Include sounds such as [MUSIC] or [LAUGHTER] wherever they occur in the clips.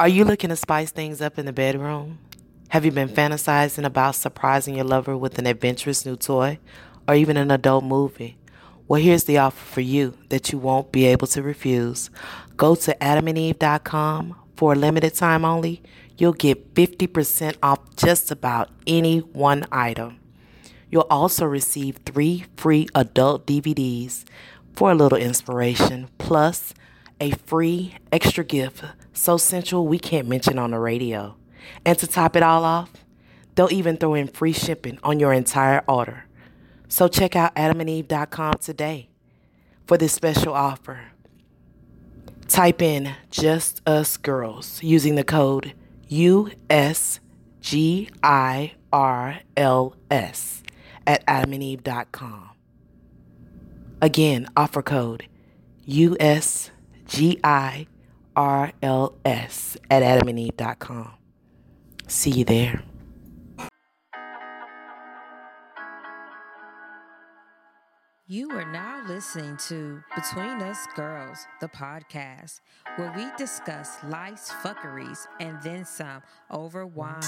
Are you looking to spice things up in the bedroom? Have you been fantasizing about surprising your lover with an adventurous new toy or even an adult movie? Well, here's the offer for you that you won't be able to refuse. Go to adamandeve.com for a limited time only. You'll get 50% off just about any one item. You'll also receive three free adult DVDs for a little inspiration, plus a free extra gift so sensual we can't mention on the radio. And to top it all off, they'll even throw in free shipping on your entire order. So check out adamandeve.com today for this special offer. Type in Just Us Girls using the code USGIRLS at adamandeve.com. Again, offer code USGIRLS at adamandeve.com. See you there. You are now listening to Between Us Girls, the podcast, where we discuss life's fuckeries and then some over wine.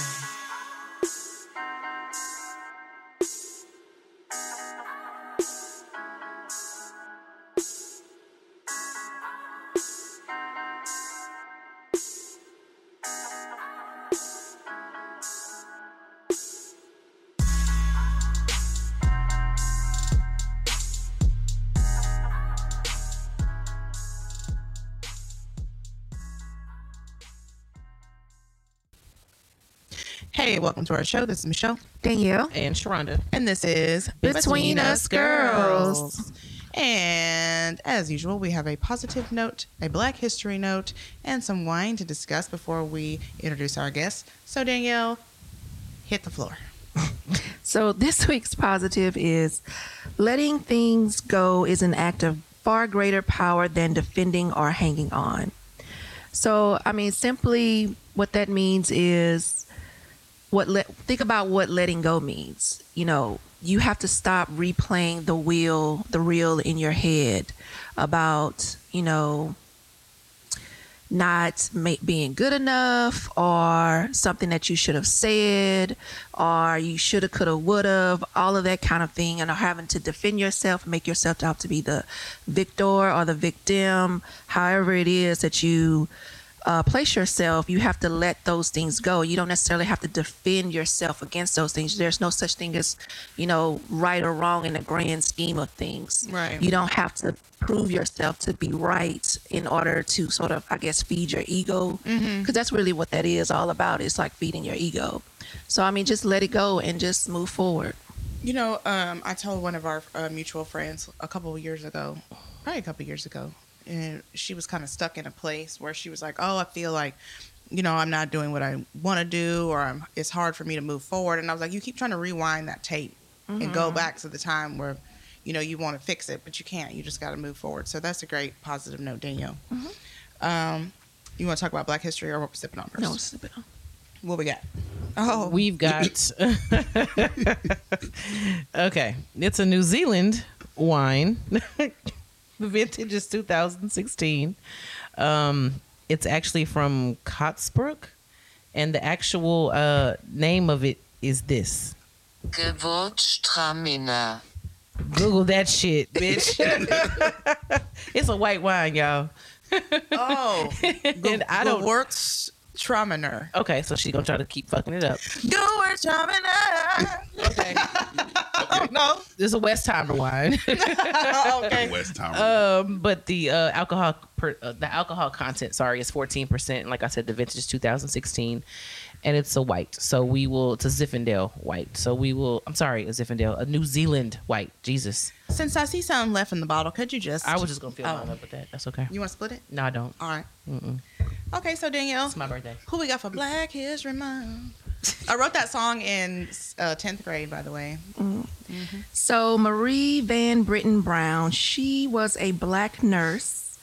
Hey, welcome to our show. This is Michelle Danielle. and Sharonda, and this is Between Us Girls. And as usual, we have a positive note, a Black History note, and some wine to discuss before we introduce our guests. So Danielle, hit the floor. So this [LAUGHS] week's positive is letting things go is an act of far greater power than defending or hanging on. So, I mean, simply what that means is what let think about what letting go means. You know, you have to stop replaying the wheel, the reel in your head about, you know, not ma- being good enough or something that you should have said or you should have could have would have all of that kind of thing and having to defend yourself make yourself out to be the victor or the victim however it is that you uh, place yourself you have to let those things go you don't necessarily have to defend yourself against those things there's no such thing as you know right or wrong in the grand scheme of things Right. you don't have to prove yourself to be right in order to sort of i guess feed your ego because that's really what that is all about it's like feeding your ego so i mean just let it go and just move forward You know, um, I told one of our uh, mutual friends a couple of years ago, probably a couple of years ago, and she was kind of stuck in a place where she was like, "Oh, I feel like, you know, I'm not doing what I want to do, or I'm, it's hard for me to move forward." And I was like, "You keep trying to rewind that tape and Mm-hmm. go back to the time where, you know, you want to fix it, but you can't. You just got to move forward." So that's a great positive note, Danielle. Mm-hmm. Um, you want to talk about Black History or what we're sipping on first? no it's a bit- What [LAUGHS] we got? Oh, We've got. [LAUGHS] okay, it's a New Zealand wine. [LAUGHS] the vintage is 2016. Um, it's actually from Cotsbrook, and the actual uh, name of it is this. Gewurztraminer. Google that shit, bitch. [LAUGHS] it's a white wine, y'all. oh, And I the don't. works. Traminer. Okay, so she's gonna try to keep fucking it up. You were drumming up. [LAUGHS] Okay. no, this is a Westheimer wine. [LAUGHS] Oh, okay. West Tower. um but the uh alcohol per, uh, the alcohol content sorry is 14% and like i said the vintage is 2016 and it's a white so we will it's a zinfandel white so we will i'm sorry a zinfandel a new zealand white jesus Since I see something left in the bottle, could you just? i was just gonna fill Oh. mine up with that that's okay You want to split it? no i don't All right. Mm-mm. Okay, so Danielle, it's my birthday who we got for Black History Month? I wrote that song in uh, tenth grade, by the way. So Marie Van Britten Brown, she was a black nurse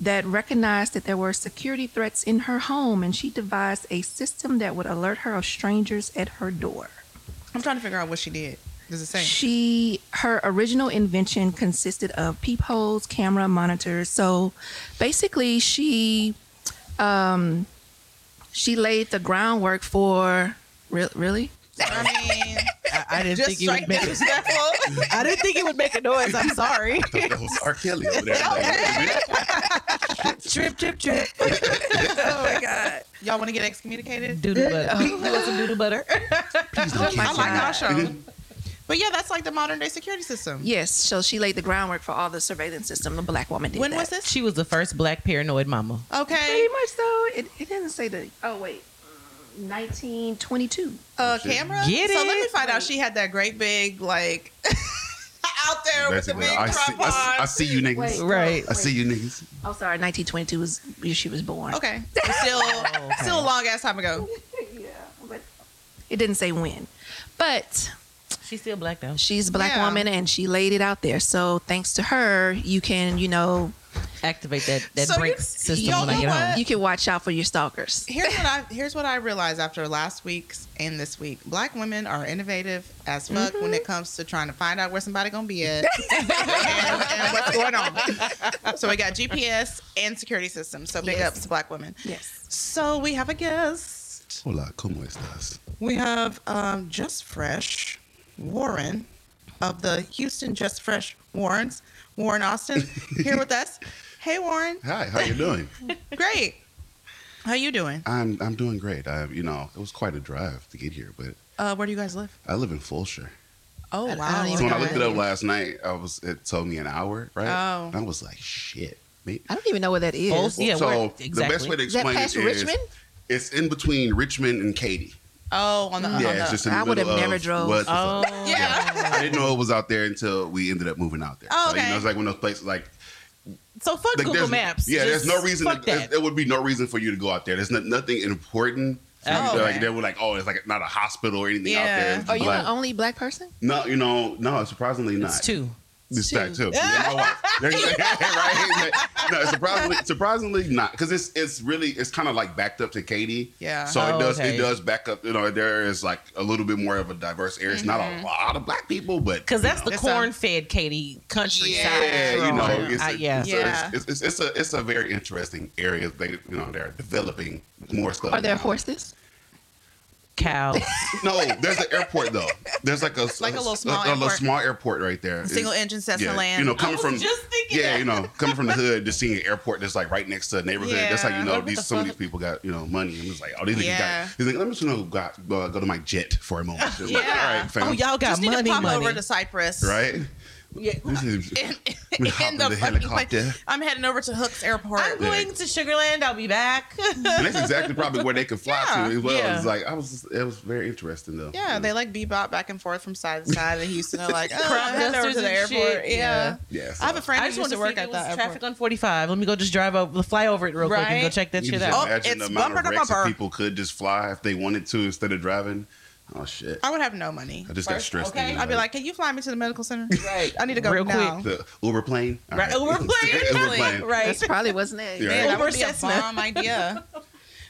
that recognized that there were security threats in her home and she devised a system that would alert her of strangers at her door. I'm trying to figure out what she did. Does it say? She her original invention consisted of peepholes, camera monitors. So basically she um She laid the groundwork for re- really. I mean, I, I [LAUGHS] didn't just think it strike would make. that respectful. I didn't think it would make a noise. I'm sorry. That was R. Kelly [LAUGHS] over there. Like, trip, trip, trip. Oh my god! Y'all want to get excommunicated? [LAUGHS] Doodle [LAUGHS] butter. You want some doodle butter? [LAUGHS] please don't I cancel like me. our show. But yeah, that's like the modern day security system. Yes, so she laid the groundwork for all the surveillance system. The black woman did When that. was this? She was the first black paranoid mama. Okay. Pretty much so. It, it didn't say the. Oh wait, nineteen twenty-two. Uh, Oh, shit. camera. Get so let me it? find out. She had that great big like [LAUGHS] out there Basically, with the big I see, tripod. I, see, I see you niggas. Wait. Right. I see you niggas. Oh, sorry, nineteen twenty-two was year she was born. Okay. So Still, [LAUGHS] okay. still a long ass time ago. [LAUGHS] yeah, but it didn't say when. But She's still black though. she's a black Yeah. woman and she laid it out there. So thanks to her, you can you know Activate that that So you- brakes system y'all when I know get what? home. you can watch out for your stalkers. Here's what I here's what I realized after last week's and this week. Black women are innovative as fuck when Mm-hmm. it comes to trying to find out where somebody gonna be [LAUGHS] at and, and what's going on. So we got GPS and security systems. So big Yes. ups to black women. Yes. So we have a guest. Hola, ¿cómo estás? We have um, Just Fresh Warren of the Houston Just Fresh Warrens, Warren [LAUGHS] Austin, here with us. Hey, Warren. Hi, how you [LAUGHS] doing? Great. How you doing? I'm I'm doing great. I you know it was quite a drive to get here, but Uh, where do you guys live? I live in Fulshire. Oh, wow. So when I Okay. looked it up last night, I was it told me an hour, right? Oh. And I was like, shit. Maybe. I don't even know what that is. Both- yeah, so where- the exactly. best way to Is that explain it past is Richmond? it's in between Richmond and Katy. Oh, on the on yeah, the- it's just in the Uh-huh. I would middle have never of drove. what's the Oh, fuck. yeah. I didn't know it was out there until we ended up moving out there. Oh, So, you okay. know, it's like one of those places like So fuck like, Google there's- Maps. Yeah, Just there's no reason. Fuck there- that. There would be no reason for you to go out there. There's no, nothing important. For Oh, you to, okay. Like they were like, oh, it's like not a hospital or anything out Yeah. there. It's Are you like- the only black person? no, you know, no. Surprisingly, not. um, it's two. It's two. that too. Yeah, [LAUGHS] my wife. [LAUGHS] right? No, surprisingly, surprisingly not because it's it's really it's kind of like backed up to Katie. Yeah. So Oh, it does okay. it does back up. You know, there is like a little bit more of a diverse area. It's not Mm-hmm. a lot of black people, but Because you that's know. the It's a- corn-fed Katie countryside. Yeah, you know, Right. it's, I- yeah. it's, Yeah. A, it's, it's, it's a it's a very interesting area. They you know they're developing more stuff. Are there now. horses? [LAUGHS] cow. No, there's an airport though. There's like a Like a little small a, little airport. small airport right there. Single engine Cessna land. You know, coming from just thinking yeah, that. you know, coming from the hood, just seeing an airport that's like right next to a neighborhood. That's how Yeah. you know What the these some of these fuck? people got you know money. And it's like, oh, these Yeah. niggas got. He's like, let me just know got uh, go to my jet for a moment. It's like, Yeah. all right, fam. Oh, y'all got just need money, to pop money. over to Cyprus, right. Yeah. This [LAUGHS] is- In, I'm gonna hop in in the the fucking plane. helicopter. I'm heading over to Hooks Airport. I'm going to Sugarland. I'll be back. and that's exactly probably where they could fly Yeah, to as well. yeah. It's like I was, just, it was very interesting though. yeah, they like bebop back and forth from side to side in Houston. They're [LAUGHS] like, oh, Crop I'm heading over dusters to the and airport. shit. Yeah. Yeah. yeah. So. I have a friend I who just used want to to see work if there at that was airport. traffic on 45. Let me go just drive over, fly over it real quick and go Right? check that You shit just out. Oh, imagine it's the amount of bumper to wrecks that bumper. people could just fly if they wanted to instead of driving. Oh shit! I would have no money. I just got First, stressed. okay. in, I'd be like, can you fly me to the medical center? Right. I need to go Real quick. now. the Uber plane. All Right. [LAUGHS] Uber plane. Uber plane. Right. That's probably wasn't it. Yeah. Man, that would be a Cessna. bomb idea.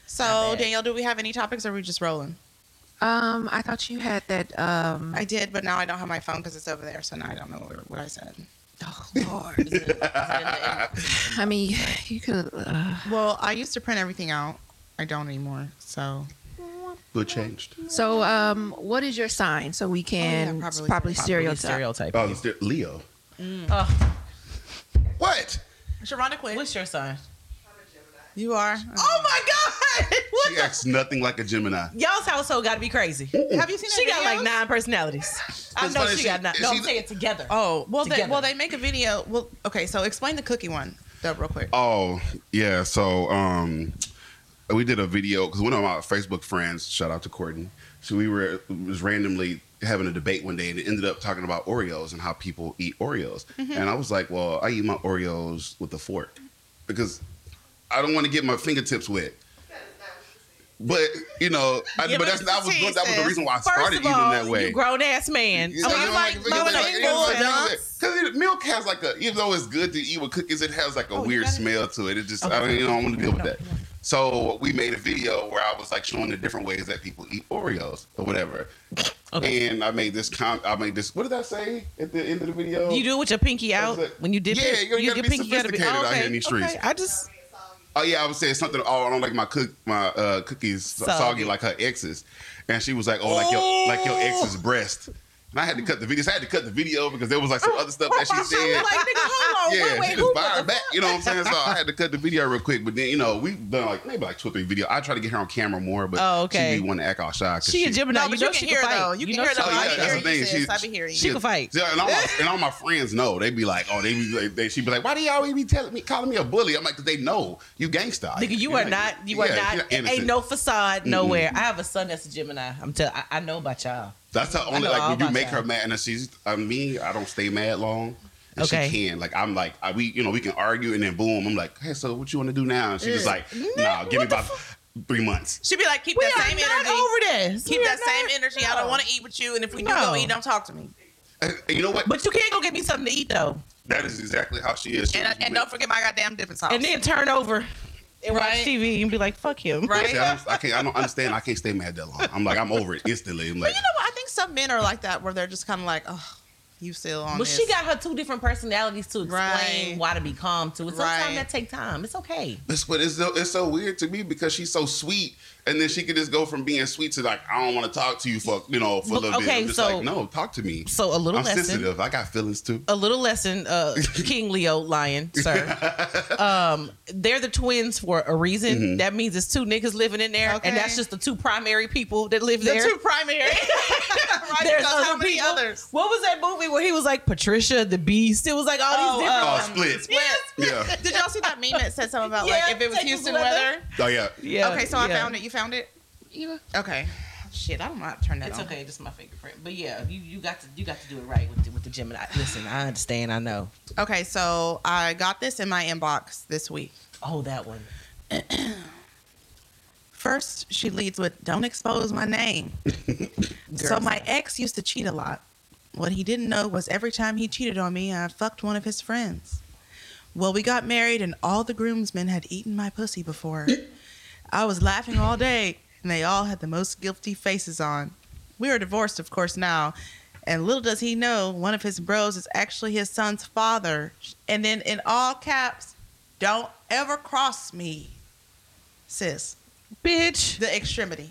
So, Danielle, do we have any topics or are we just rolling? Um, I thought you had that. Um, I did, but now I don't have my phone because it's over there. So now I don't know what, what I said. oh Lord. [LAUGHS] I mean, you could. Uh, Well, I used to print everything out. I don't anymore. So, What changed? so, um, what is your sign so we can probably- properly, probably stereotype? Stereotype. Oh, it's the- Leo. Mm. Oh, What? Sharonda Quinn. what's your sign? You are. Oh my [LAUGHS] God! She acts nothing like a Gemini. Y'all's household got to be [LAUGHS] crazy. Have you seen? She her got videos? like nine personalities. I That's know funny, she she- got nine. No, she- I'm saying together. Oh well, they, Together. well they make a video. Well, okay, so explain the cookie one though, real quick. Oh yeah, so um, we did a video because one of my Facebook friends, shout out to Courtney, so we were was randomly having a debate one day and it ended up talking about Oreos and how people eat Oreos, Mm-hmm. and I was like, well, I eat my Oreos with a fork because I don't want to get my fingertips wet. But you know, I, Yeah, but but that's that was she that was the says, reason why I First started of all, eating that way. you grown ass man. You I know, mean, you you know, like, like, mama, like, like, you know, like, because milk has like a, even though it's good to eat with cookies, it has like a you weird got it. smell to it. It just, I don't, you know, I don't want to deal with that. So we made a video where I was like showing the different ways that people eat Oreos or whatever. Okay. And I made this com, I made this. What did I say at the end of the video? You do it with your pinky out That's it. when you dip Yeah, it. you gotta your be sophisticated out here in these streets. Okay, I just Oh yeah, I was saying something. Oh, I don't like my cook my uh, cookies soggy. Soggy. like her ex's, and she was like, oh, like your like your ex's breast. And I had to cut the video. So I had to cut the video because there was like some other stuff that she said. Like, [LAUGHS] nigga, Oh, hold on. yeah, wait, wait, she who was fired back. You know what I'm saying? So I had to cut the video real quick. But then you know we've done like maybe like two or three videos. I try to get her on camera more, but Oh, okay. she be wanting to act all shy. 'cause She a Gemini. No, you but know you she can can hear fight. though. You You can know hear she though. Oh, can I yeah, fight. can that's hear the you, thing. sis. I She's- be hearing She you. can fight. See, and, [LAUGHS] all my, and all my friends know. They be like, oh, they be like, they, she be like, why do y'all always be telling me, calling me a bully? I'm like, 'Cause they know you gangsta. Nigga, you You're are like- not. You are yeah, you're not. Ain't innocent. no facade nowhere. I have a son that's a Gemini. I'm tell. I, I know about y'all. That's the only know like all when you about make her that. mad, and she's uh, me. I don't stay mad long. And Okay. She can like I'm like I, we you know we can argue and then boom I'm like hey so what you want to do now and she's just like nah give me about three months She be like, keep We that are same not energy. over this. Keep We that are same not- energy. I don't no. want to eat with you. And if we do No. go eat, don't talk to me. And you know what But you can't go get me something to eat though, that is exactly how she is She And, was and with- don't forget my goddamn dipping sauce. and then turn over and watch Oh, Right. TV and be like, "Fuck him." right? See, I, don't, I can't I don't understand I can't stay mad that long I'm like I'm over it instantly I'm like You know what? I think some men are like that, where they're just kind of like, oh, you still on But this. she got her two different personalities to explain Right. why to be calm to. Sometimes Right. that take time. It's okay. That's what it's so, it's so weird to me because she's so sweet, and then she could just go from being sweet to like I don't want to talk to you for you know for a But- little bit. okay, I'm just so- like no, talk to me. So a little I'm lesson. sensitive. I got feelings too. A little lesson, uh, King Leo Lion, sir. um, they're the twins for a reason. That means it's two niggas living in there, Okay. and that's just the two primary people that live the there. two primary. [LAUGHS] right? [LAUGHS] There's Because how other many people. others? What was that movie where he was like Patricia the Beast? It was like all Oh, these Oh, different. split. Yes. Yeah. Did y'all see that meme that said something about Yeah, like if it was Texas Houston weather. weather? Oh yeah. yeah. okay, so I found it. You found it? Okay. Shit, I don't know how to turn that It's on. okay, just my fingerprint. But yeah, you, you got to you got to do it right with the, with the Gemini. Listen, I understand. I know. Okay, so I got this in my inbox this week. Oh, that one. First, she leads with, Don't expose my name. so, my ex used to cheat a lot. What he didn't know was every time he cheated on me, I fucked one of his friends. Well, we got married, and all the groomsmen had eaten my pussy before. I was laughing all day, and they all had the most guilty faces on. We are divorced, of course, now. And little does he know, one of his bros is actually his son's father. And then, in all caps, don't ever cross me, sis Bitch. the extremity.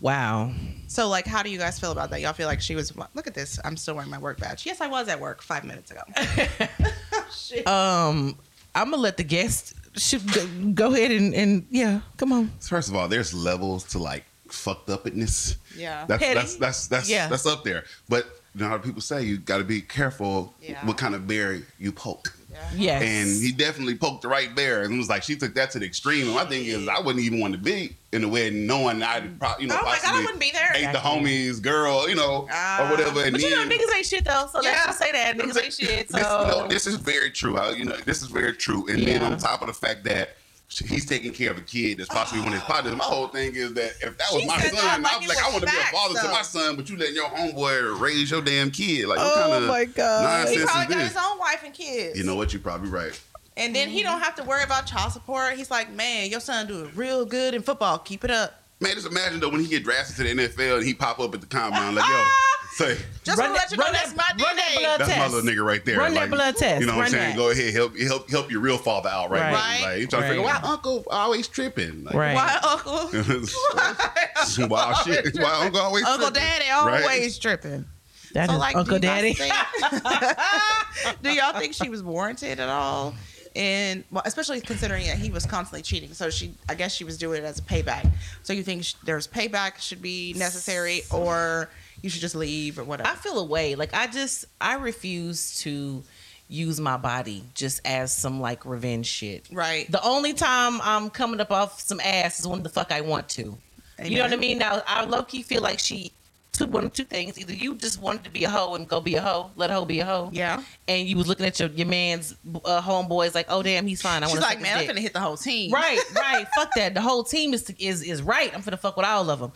Wow. So, like, how do you guys feel about that? Y'all feel like she was. Look at this. I'm still wearing my work badge. Yes, I was at work five minutes [LAUGHS] ago. Um, I'm gonna let the guest shoot, go, go ahead and, and yeah, come on. First of all, there's levels to like fucked upness. Yeah. That's Petty. that's that's that's, Yeah. that's up there. But you know how people say you got to be careful Yeah. what kind of bear you poke. Yes. And he definitely poked the right bear, and it was like she took that to the extreme. And my thing is, I wouldn't even want to be in the wedding, knowing I, pro- you know, Oh my God, I possibly wouldn't be there. Ate the homies, girl, you know, or whatever. And but you then, know niggas ain't shit though, so let's Yeah. just say that niggas ain't shit. So this, um, no, this is very true. I, you know, this is very true. And then on top of the fact that she- he's taking care of a kid that's possibly one of his partners. My whole thing is that if that was Ah. She my said that son, like I'd be it like, I was want to be a facts, father to though. my son, but you letting your homeboy raise your damn kid. Like, what kind of Oh He probably nonsense is got this? his own wife and kids. You know what? You're probably right. And then he don't Mm-hmm. have to worry about child support. He's like, man, your son doing real good in football. Keep it up. Man, just imagine though when he get drafted to the NFL and he pop up at the combine like, yo, Ah! say Just Run to that- let you know, run that's my that- run that DNA. [LAUGHS] blood- that's my test. little nigga right there. Run that like, blood test. You know what Run I'm saying? that. Go ahead, help help help your real father out right, Right. now. Like you trying to figure Right. out why uncle always tripping. Like, Right. Why, Uncle? [LAUGHS] wow, shit. Why uncle always Uncle tripping? Daddy Right. always tripping. That So, is like, Uncle do you Daddy. guys [LAUGHS] think- do y'all think she was warranted at all? And well, especially considering that he was constantly cheating, so she, I guess, she was doing it as a payback. So you think sh- there's payback should be necessary, or you should just leave or whatever? I feel a way. Like I just I refuse to use my body just as some like revenge shit. right. The only time I'm coming up off some ass is when the fuck I want to. You know what I Amen. mean? Now I low key feel like she took one of two things. Either you just wanted to be a hoe and go be a hoe, let a hoe be a hoe. Yeah. And you was looking at your, your man's uh, homeboys like, oh damn, he's fine. I want She's to like, man, I'm gonna hit the whole team. [LAUGHS] Right, right. fuck that. The whole team is is is right. I'm finna fuck with all of them.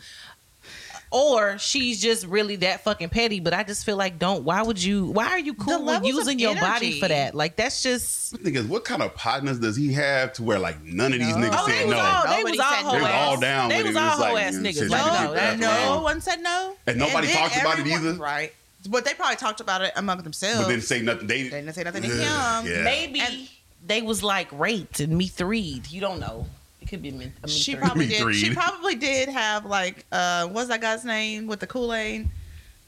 Or she's just really that fucking petty. But I just feel like, don't. Why would you? Why are you cool with levels of using your body energy. for that? Like that's just. The thing is, what kind of partners does he have to where like none of these No. niggas Oh, they said was no? all they Nobody was all said hoe no. They was ass. all down They with was it. It all was hoe like, ass you know, niggas. shit, Like, you no, did that, that, No no. one said no, And nobody then talked about it everyone- either? Right. But they probably talked about it among themselves. But then say nothing. They, they didn't say nothing to Ugh, him. yeah. Maybe And- they was like raped and methreed. You don't know. It could be me. She probably Me did. three. She probably did have like uh, what's that guy's name with the Kool Aid,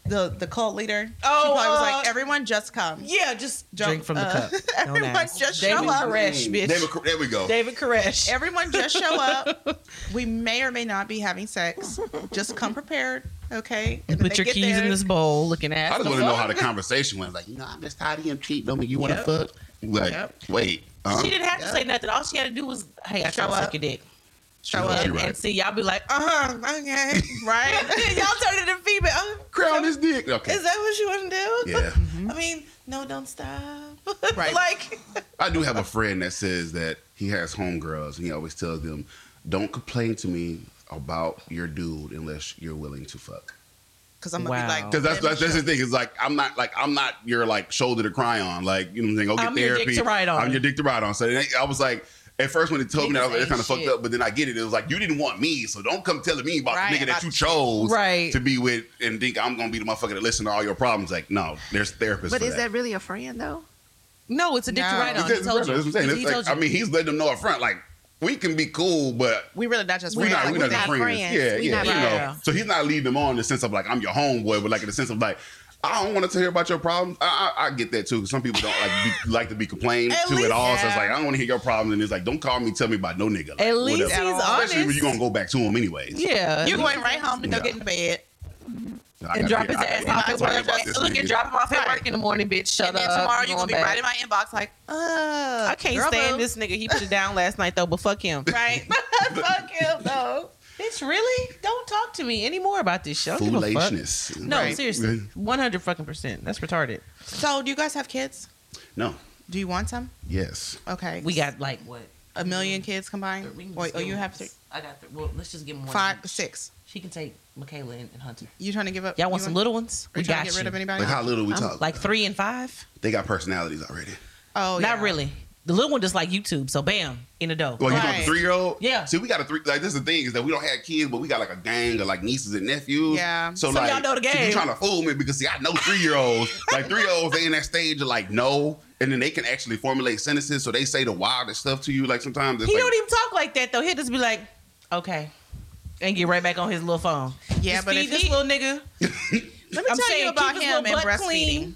the the cult leader. she Oh, probably was uh, like, everyone just come. yeah, just Don't- drink from the uh, [LAUGHS] cup. Don't everyone ask. just David show up. Koresh, Mm, bitch. David Cor- there we go. David Koresh. Everyone just show [LAUGHS] up. We may or may not be having sex. Just come prepared, okay? And then Put they your get keys there. in this bowl, looking I at. just want to know how the conversation went. Like, you know, I'm just tired of cheap. Don't you want to Yep. fuck? Like, Yep. wait. Uh, She didn't have to say nothing. All she had to do was, "Hey, I Show try to up. suck your dick," Show Yeah. up. and, right. and see y'all be like, "Uh-huh, Uh huh. Okay. [LAUGHS] Right. [LAUGHS] "Y'all turned into female." Uh, crown his dick. Okay. Is that what you want to do? Yeah. I mean, no, don't stop. [LAUGHS] Right. like, I do have a friend that says that he has homegirls and he always tells them, don't complain to me about your dude unless you're willing to fuck. Because I'm gonna Wow. be like, Because that's, let me that's that's the show- thing. It's like I'm not like I'm not your like shoulder to cry on. Like you know what I'm saying. Go get I'm your therapy. dick to ride on. I'm your dick to ride on. So then I was like, at first when it told me that, I was like, Niggas that's kind ain't of fucked shit. up. But then I get it. It was like you didn't want me, so don't come telling me about Right, the nigga about that you chose Right. to be with and think I'm gonna be the motherfucker that listen to all your problems. Like no, there's therapists. But for is that really a friend though? no, it's a dick to No. ride on. Because He told that's what I'm you. saying. He It's told like, I you. mean, he's letting them know up front. Like we can be cool, but We really not just we're friends. not, Like, we're we not, friends. Yeah, We yeah, not you know. friends. So he's not leading them on in the sense of like I'm your homeboy, but like in the sense of like I don't want to hear about your problems. I, I, I get that too. 'cause Some people don't like be, like to be complained At to least- at all. So yeah. it's like I don't want to hear your problems, and it's like don't call me, tell me about no nigga. Like, At least whatever. he's Especially when honest. you're gonna go back to him anyways. yeah, You're going right home to go Yeah. get in bed. I and gotta drop his hear- I ass gotta off hear at somebody work. about this Look nigga. and drop him off at work in the morning, bitch. Shut and then up. tomorrow you're Going gonna be back. right in my inbox like, uh I can't girl stand boo. this nigga. He put it down last night though, but fuck him. Right. [LAUGHS] fuck him though. Bitch, really? Don't talk to me anymore about this shit. I don't give a fuck. Foolishness. No, Right. seriously, Right. one hundred fucking percent. That's retarded. so do you guys have kids? No. Do you want some? Yes. Okay. We got like what? a million kids combined. We can Or, just or give oh, you him- have three, I got three. Well, let's just give him one. five, six. She can take Michaela and, and Hunter. You trying to give up? Y'all want you some little ones? Are We you trying got to get rid of you. anybody? Like how little we I'm- talk. Like three and five? They got personalities already. oh, Not yeah. really. The little one just like YouTube. So bam, in the dough. Well, you know, Right. the three year old. Yeah. See, we got a three. Like, this is the thing is that we don't have kids, but we got like a gang of like nieces and nephews. Yeah. So, So like, y'all know the see, game. You trying to fool me because see, I know three year olds. [LAUGHS] like three year olds, they in that stage of like no, and then they can actually formulate sentences, so they say the wildest stuff to you. Like sometimes it's He like, don't even talk like that though. He'll just be like, okay. And get right back on his little phone. Yeah, Just but feed if this he- little nigga. [LAUGHS] Let me I'm tell saying you about keep his him little and butt breastfeeding. clean,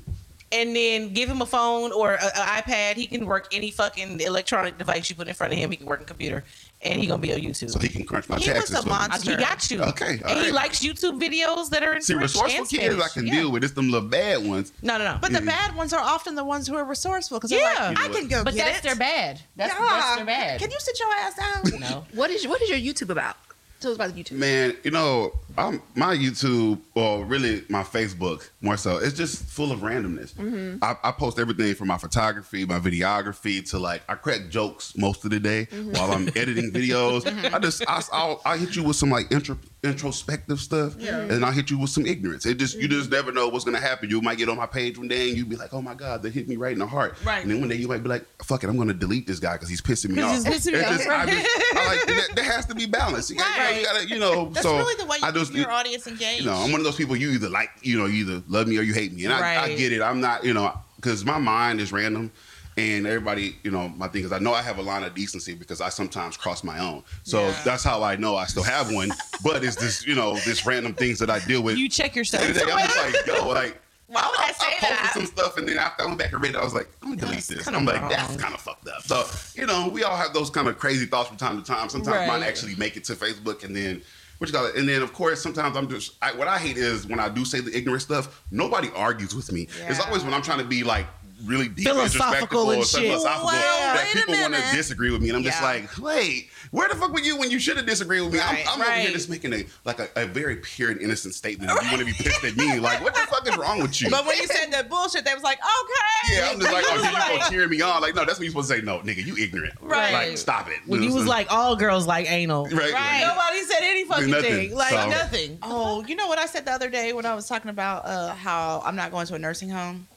and then give him a phone or an iPad. He can work any fucking electronic device you put in front of him. He can work a computer, and he gonna be on YouTube. so he can crunch my He was taxes. a for me. Uh, monster. he got you. Okay, and all he right. likes YouTube videos that are in See, French resourceful and kids Spanish. I can Yeah. deal with. It's them little bad ones. No, no, no. But the bad ones are often the ones who are resourceful because Yeah. yeah, You know I can what? go But get that's it. their bad. That's, Yeah. that's their bad. Can you sit your ass down? no. What is what is your YouTube about? Tell us about the YouTube. Man, you know, I'm, my YouTube, or really my Facebook, more so, it's just full of randomness. Mm-hmm. I, I post everything from my photography, my videography, to like I crack jokes most of the day Mm-hmm. while I'm [LAUGHS] editing videos. I just I I'll, I hit you with some like intro, introspective stuff, and I'll hit you with some ignorance. It just you just Mm-hmm. never know what's gonna happen. You might get on my page one day and you'd be like, oh my god, they hit me right in the heart. Right. And then one day you might be like, fuck it, I'm gonna delete this guy because he's pissing me off. Because he's pissing me It's off. just- I just- [LAUGHS] I like, there- there has to be balance. You gotta- Right. you gotta- you know, That's so really the way you I just, keep your audience engaged. you know, I'm one of those people. You either like, you know, you either love me or you hate me, and I, Right. I get it. I'm not, you know, because my mind is random, and everybody, you know, my thing is I know I have a line of decency because I sometimes cross my own. So Yeah. that's how I know I still have one. but it's this, you know, this random things that I deal with. You check yourself. I'm just like, [LAUGHS] yo, like. Why would I I say posted that? some stuff and then after I went back and read it, I was like, I'm gonna delete this. I'm like, that's kind of fucked up. So, you know, we all have those kind of crazy thoughts from time to time. Sometimes Right. mine actually make it to Facebook and then, what you call it? And then, of course, sometimes I'm just, I, what I hate is when I do say the ignorant stuff, nobody argues with me. It's Yeah. always when I'm trying to be like, Really deep, Philosophical philosophical and or shit. philosophical Well, that wait a people want to minute. disagree with me, and I'm just Yeah. like, wait, where the fuck were you when you should have disagreed with me? Right, I'm, I'm over right. here just making a like a, a very pure and innocent statement. and You want to be pissed [LAUGHS] at me? Like, what the fuck is wrong with you? But when you said that bullshit, they was like, okay. Yeah, I'm just like, oh, You so you like- gonna cheer me on? Like, no, that's when you supposed to say. No, nigga, you ignorant. Right. Like, stop it. when you was like, all girls like anal. [LAUGHS] right, right. like, Nobody said any fucking Nothing. thing. Like So- nothing. Oh, you know what I said the other day when I was talking about uh, how I'm not going to a nursing home?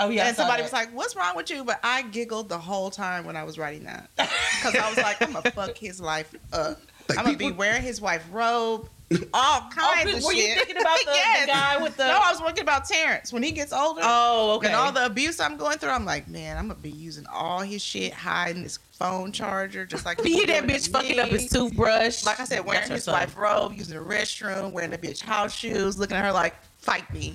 Oh yeah. I and saw somebody that. was like, "What's wrong with you?" But I giggled the whole time when I was writing that because I was like, "I'm gonna fuck his life up. Like, I'm gonna be people- [LAUGHS] wearing his wife robe. all kinds of Oh, were you shit. thinking [LAUGHS] about the- the guy with the- No, I was thinking about Terrence when he gets older. Oh, okay. And all the abuse I'm going through, I'm like, man, I'm gonna be using all his shit, hiding his phone charger, just [LAUGHS] like be people that doing bitch to fucking me. up his toothbrush. Like I said, That's wearing her his son. wife robe, using the restroom, wearing the bitch house shoes, looking at her like, fight [LAUGHS] me.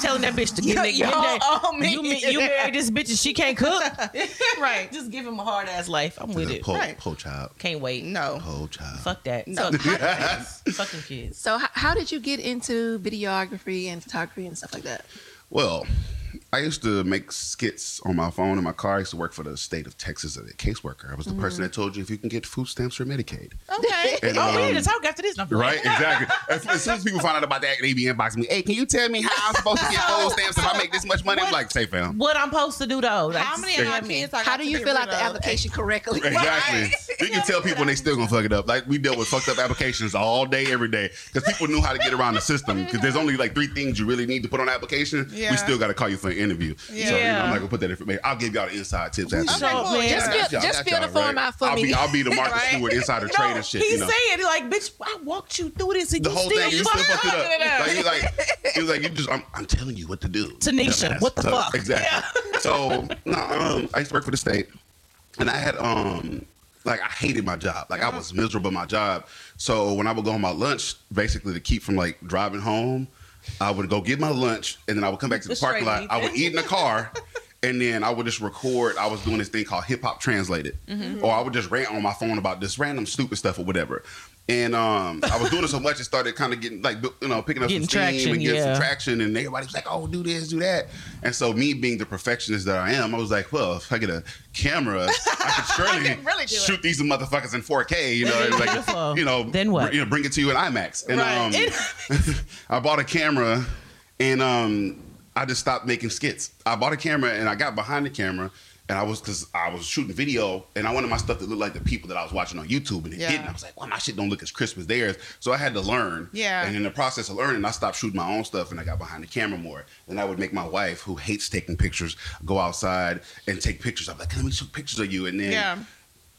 telling that [LAUGHS] bitch to You- get nigga. you owe me. You, ma- you married this bitch and she [LAUGHS] can't cook. right. Just give him a hard ass life. I'm with it. Poor, Right. poor child. Can't wait. No. Poor child. Fuck that. No. Fuck [LAUGHS] kids. Fucking kids. So, h- how did you get into videography and photography and stuff like that? Well, I used to make skits on my phone in my car. I used to work for the state of Texas as a caseworker. I was the Mm-hmm. person that told you if you can get food stamps or Medicaid. Okay. And, oh, we um, need to talk after this. No, I'm Right, exactly. As, as soon as people find out about that, they be inboxing me. Hey, can you tell me how I'm supposed to get food stamps if I make this much money? I'm like, say, fam. What I'm supposed to do though? How That's- many of our kids I How got do to you get fill rid out the of? application correctly? Exactly. You can tell people and they still gonna fuck it up. Like we dealt with fucked up applications all day, every day, because people knew how to get around the system. Because there's only like three things you really need to put on an application. Yeah. We still got to call you for an interview. So you know, Yeah. I'm not gonna put that information. I'll give y'all the inside tips after. Shut this. up, cool. man. Just I got fill- y'all, I just got fill the y'all, form out for I'll me. Be, [LAUGHS] I'll be the Marcus Right. Stewart insider No, trade and shit. he's you know? saying it like, bitch, I walked you through this and the you whole still thing, you still fucked fucked [LAUGHS] it up. up. Like, you like, he was like, you just, I'm, I'm telling you what to do. Tanisha, Dumbass. what the So, fuck? Exactly. So, no, um, I used to work for the state, and I had, um, like, I hated my job. Like, Uh-huh. I was miserable at my job. So when I would go home my lunch, basically to keep from like driving home, I would go get my lunch, and then I would come back to the Straight parking lot. Ethan. I would eat in [LAUGHS] the car. And then I would just record. I was doing this thing called Hip Hop Translated, Mm-hmm. or I would just rant on my phone about this random stupid stuff or whatever. And um, I was doing it so much, it started kind of getting like bu- you know picking up Getting some steam traction, and getting yeah. some traction. And everybody was like, "Oh, do this, do that." And so me being the perfectionist that I am, I was like, "Well, if I get a camera, I [LAUGHS] could surely really do it." shoot these motherfuckers in 4K." [LAUGHS] You know, Beautiful. like you know, Then what? br- You know, bring it to you in IMAX. And [LAUGHS] um, I bought a camera, and um, I just stopped making skits. I bought a camera, and I got behind the camera. And I was because I was shooting video, and I wanted my stuff to look like the people that I was watching on YouTube, and it Yeah. didn't. I was like, "Well, my shit don't look as crisp as theirs," so I had to learn. Yeah. And in the process of learning, I stopped shooting my own stuff, and I got behind the camera more. Then I would make my wife, who hates taking pictures, go outside and take pictures. I'm like, "Let me shoot pictures of you," and then Yeah.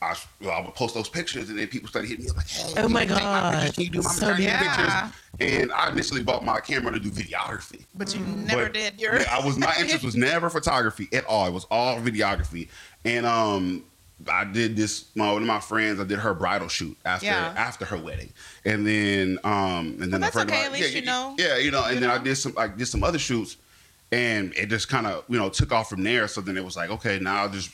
I, well, I would post those pictures, and then people started hitting me up like, "Hey, Oh can my you take God. pictures? Can you do my So so, yeah. pictures?" And I initially bought my camera to do videography. But you Mm. never But- did your. Yeah, I was my [LAUGHS] interest was never photography at all. It was all videography, and um, I did this. My one of my friends, I did her bridal shoot after Yeah. after her wedding, and then um, and then Well, a that's friend of okay. mine- At least yeah, you know. yeah, you know. And You then know. I did some I did some other shoots, and it just kind of you know took off from there. So then it was like, okay, now I just.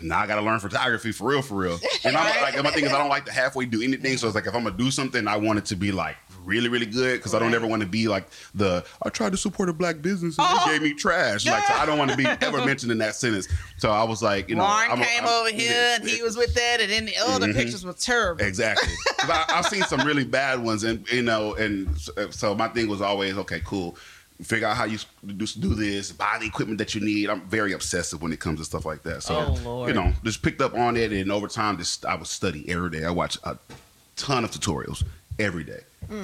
Now I gotta learn photography for real, [LAUGHS] for real. And I'm like, my thing is, I don't like to halfway do anything. So it's like, if I'm gonna do something, I want it to be like really, really good because I don't ever want to be like the I tried to support a black business and Oh. they gave me trash. Like, so I don't [LAUGHS] want to be ever mentioned in that sentence. So I was like, you know, Warren I'm a- came I'm- Mm-hmm. over here and he was with that, and then the other pictures were terrible. Exactly. 'Cause I, I've seen some really bad ones, and you know, and so, so my thing was always okay, cool. Figure out how you s- do, do this, buy the equipment that you need. I'm very obsessive when it comes to stuff like that. So, Oh, Lord. you know, just picked up on it, and over time, just I would study every day. I watch a ton of tutorials every day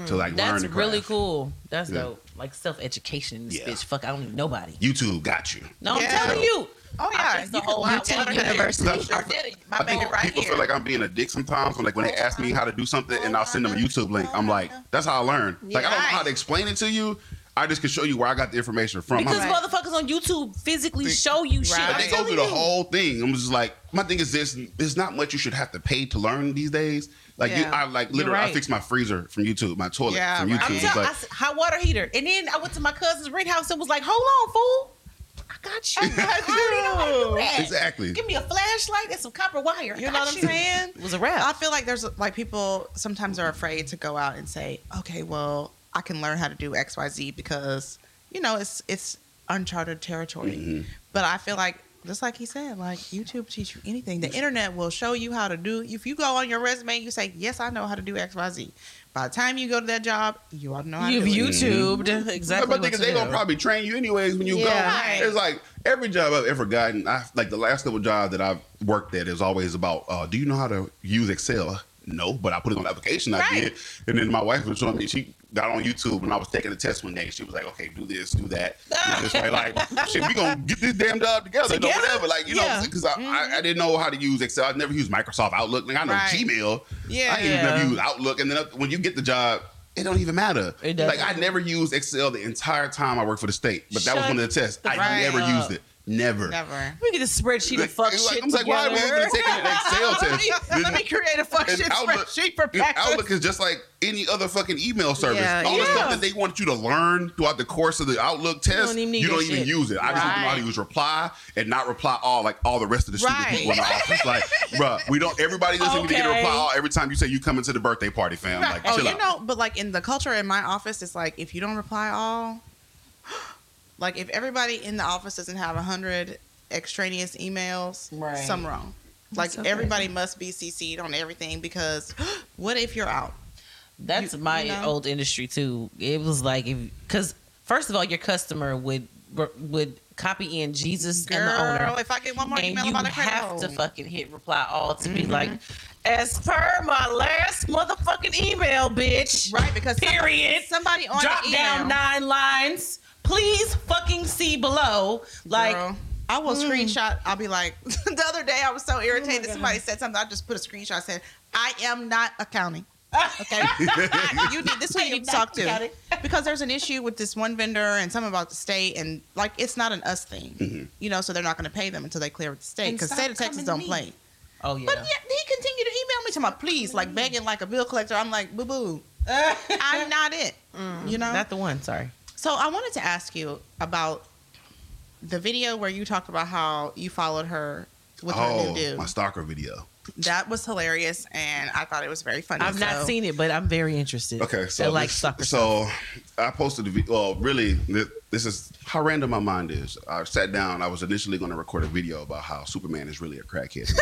to like learn. Mm, That's the really craft. cool. That's Yeah. dope. Like self education. This Yeah. bitch. Fuck. I don't need nobody. YouTube got you. No, I'm Yeah. telling you. Oh I yeah, fixed the whole can- hot water University. Because I- [LAUGHS] I I- did it. My I think man right people here. [LAUGHS] feel like I'm being a dick sometimes. Like when they ask me how to do something, and I'll send them a YouTube link. I'm like, that's how I learn. Like I don't know how to explain it to you. I just can show you where I got the information from. I'm Because like, motherfuckers on YouTube physically show you shit. but I'm they go telling through you. the whole thing. I'm just like, my thing is this: there's not much you should have to pay to learn these days. Like you, Yeah. I like literally, right. I fixed my freezer from YouTube, my toilet Yeah, from right. YouTube. I'm It's tell- like- I said, hot water heater. And then I went to my cousin's rent house and was like, hold on, fool. I got you. I already know how to do that. Exactly. Give me a flashlight and some copper wire. You know what I'm saying? It was a wrap. I feel like there's like people sometimes are afraid to go out and say, okay, well, I can learn how to do X, Y, Z because you know it's it's uncharted territory. Mm-hmm. But I feel like just like he said, like YouTube teach you anything. The internet will show you how to do. If you go on your resume, you say, yes, I know how to do X, Y, Z. By the time you go to that job, you ought to know how You've to do it. YouTubed exactly. Mm-hmm. what But niggas, to they do. gonna probably train you anyways when you Yeah. Right. go. It's like every job I've ever gotten, I like the last little job that I've worked at is always about, uh, do you know how to use Excel? No, but I put it on the application. I Right. did, and then my wife was showing me. She got on YouTube, and I was taking a test one day. and She was like, "Okay, do this, [LAUGHS] do that." And Just right, like, shit, we gonna get this damn job together, you know, Together? whatever. Like, you Yeah. know, because I, I, I didn't know how to use Excel. I never used Microsoft Outlook. Like, I know Mm-hmm. Right. Gmail. Yeah. I ain't Yeah. never used Outlook. And then up, when you get the job, It don't even matter. It doesn't. like I never used Excel the entire time I worked for the state, but that was Shut one of the tests. I right never up. used it. Never. Never. Let me get a spreadsheet of fuck Like, shit I'm like, why together. are we even taking an Excel Let me- [LAUGHS] [LAUGHS] test? Let me create a fuck And shit Outlook- spreadsheet for and practice. Outlook is just like any other fucking email service. Yeah, All the yeah. stuff that they want you to learn throughout the course of the Outlook test, don't you even need that shit. use it. I just don't know how to Right. use reply and not reply all like all the rest of the stupid Right. people in the office. [LAUGHS] Like, bruh, we don't. Everybody doesn't need to get a Okay. reply all every time you say you coming to the birthday party, fam. Like, oh, chill you out. know, but like in the culture in my office, it's like if you don't reply all, [GASPS] like if everybody in the office doesn't have a hundred extraneous emails, Right. some wrong. Like okay. everybody must be CC'd on everything because [GASPS] what if you're out? That's You- my you know? old industry too. It was like if because first of all, your customer would would copy in Jesus Girl, and the owner, if I get one more and email you about a credit have card, to fucking hit reply all to be like, Mm-hmm. as per my last motherfucking email, bitch. right? Because some- Period. somebody on Drop the email, down nine lines. Please fucking see below. Like Girl, Hmm. Oh I will screenshot. I'll be like, [LAUGHS] the other day I was so irritated. somebody said something. I just put a screenshot. I said, I am not [LAUGHS] accounting. Okay, you need this. Who you need to talk [LAUGHS] to because there's an issue with this one vendor and something about the state and like it's not an us thing, you know. So they're not going to pay them until they clear with the state And because stop state of Texas coming to don't me. play. oh yeah. But yeah, he continued to email me to my please, like begging like a bill collector. I'm like, Mm. boo boo, [LAUGHS] I'm not it. You know, Not the one. Sorry. so I wanted to ask you about the video where you talked about how you followed her with her new Oh, dude. my stalker video. That was hilarious, and I thought it was very funny. I've so- not seen it, but I'm very interested. Okay, so I like this- sucker. So I posted the video. Well, really, thi- this is how random my mind is. I sat down. I was initially going to record a video about how Superman is really a crackhead,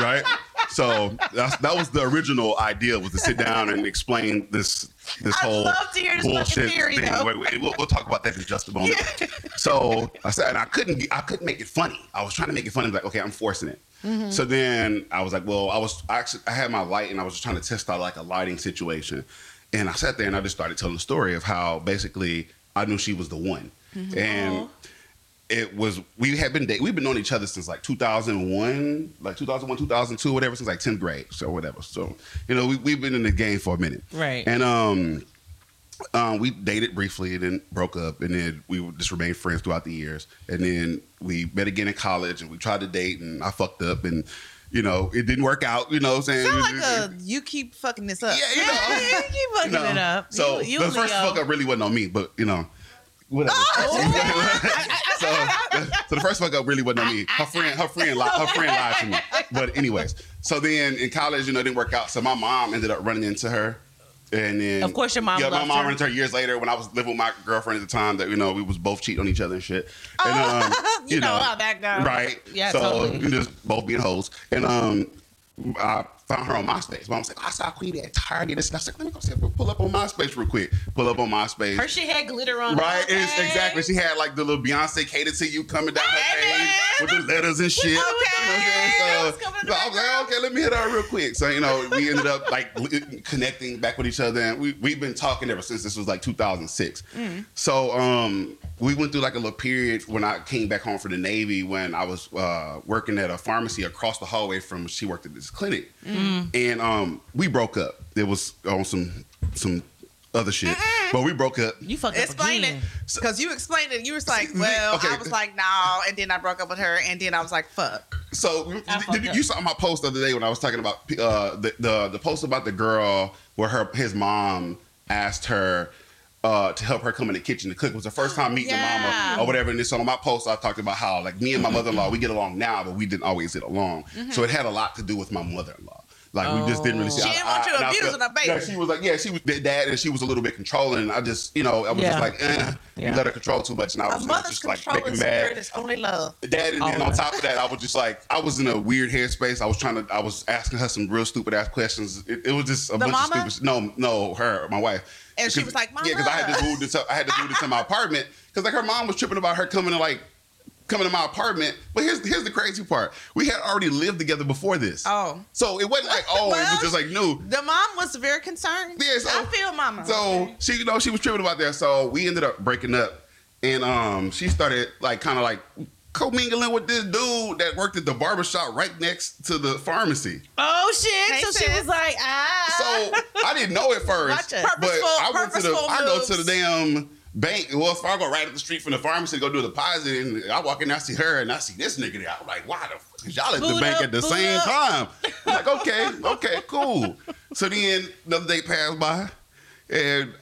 right? So that's, that was the original idea was to sit down and explain this this whole love to hear this fucking bullshit theory, thing. though. Wait, wait, we'll, we'll talk about that in just a moment. So I said and I couldn't get- I couldn't make it funny. I was trying to make it funny. Like okay, I'm forcing it. Mm-hmm. So then I was like, well, I was I actually I had my light and I was just trying to test out like a lighting situation, and I sat there and I just started telling the story of how basically I knew she was the one, Mm-hmm. and it was we had been date we've been knowing each other since like 2001 like 2001 2002 whatever since like 10th grade so whatever so you know we, we've been in the game for a minute Right. and um um, we dated briefly and then broke up and then we would just remained friends throughout the years and then we met again in college and we tried to date and i fucked up and you know it didn't work out you know what i'm saying Sound like It- it- a Uh, you keep fucking this up. yeah, [LAUGHS] you know. [LAUGHS] you fucking No. it up. So you, you the first Leo. fuck up really wasn't on me, but you know, whatever. Oh, [LAUGHS] so, so the first fuck up really wasn't on me. Her friend, her friend, li- her friend lied to me. But anyways, so then in college, you know, it didn't work out. So my mom ended up running into her. And then, Of course your mom Yeah, my loved mom her. ran into her years later when I was living with my girlfriend at the time. That you know we was both cheating on each other and shit. And, Oh, um, [LAUGHS] You know how that goes. right? Yeah, so totally. [LAUGHS] we just both being hoes. And um, I found her on MySpace. Mom's like, "Oh, I saw Queen at Target and stuff. I was like, let me go see if we pull up on MySpace real quick. Pull up on MySpace. Her shit had glitter on. Right, it. it's exactly. She had like the little Beyonce catered to you coming down her page with the letters and shit. Okay, That was so, coming in so the I was like, okay, let me hit her real quick. So you know, we ended up like li- connecting back with each other, and we we've been talking ever since. This was like 2006. So um, we went through like a little period when I came back home from the Navy when I was uh, working at a pharmacy across the hallway from she worked at this clinic, and um, we broke up. It was on some some other shit, but we broke up. You fucked Explain it, up again. because you explained it. You was like, "Well," Okay. I was like, "No," and then I broke up with her, and then I was like, "Fuck." So did- fucked did- up. you saw my post the other day when I was talking about uh, the, the the post about the girl where her his mom asked her uh, to help her come in the kitchen to cook. It was the first time meeting Yeah. the mama or whatever. And then so on my post, I talked about how like [LAUGHS] me and my mother in law we get along now, but we didn't always get along. So it had a lot to do with my mother in law. Like we just didn't really. See, Mm-hmm. Oh. She didn't want you and abusing felt- her baby. Yeah, she was like, yeah, she was the dad, and she was a little bit controlling. And I just, you know, I was Yeah. just like, eh, Yeah. you let her control too much, and I was A just- mother's just like control making is mad spirit is only love. that and, All then of on it. top of that i was just like i was in a weird headspace i was trying to i was asking her some real stupid ass questions it, it was just a bunch mama? of stupid no no her my wife And she 'Cause- was like, yeah because i had to "Mama." move this up i had to move this to my apartment because like her mom was tripping about her coming to like coming to my apartment but here's here's the crazy part we had already lived together before this Oh. so it [LAUGHS] wasn't like oh it was Well, just like new The mom was very concerned. Yeah, so- I feel mama. so she, you know, she was tripping about that. So we ended up breaking up, and um, she started like kind of like commingling with this dude that worked at the barbershop right next to the pharmacy. Oh shit! Hey, so she sis. was like, ah. So I didn't know at Watch first, it. but I went to the. Purposeful- I go to the purposeful damn bank, Wells Fargo, right up the street from the pharmacy to go do a deposit, and I walk in, I see her, and I see this nigga. There. I'm like, why the fuck is y'all at the Boot bank up, at the boot same up. time? I'm like, okay, okay, cool. So then another day passed by, and.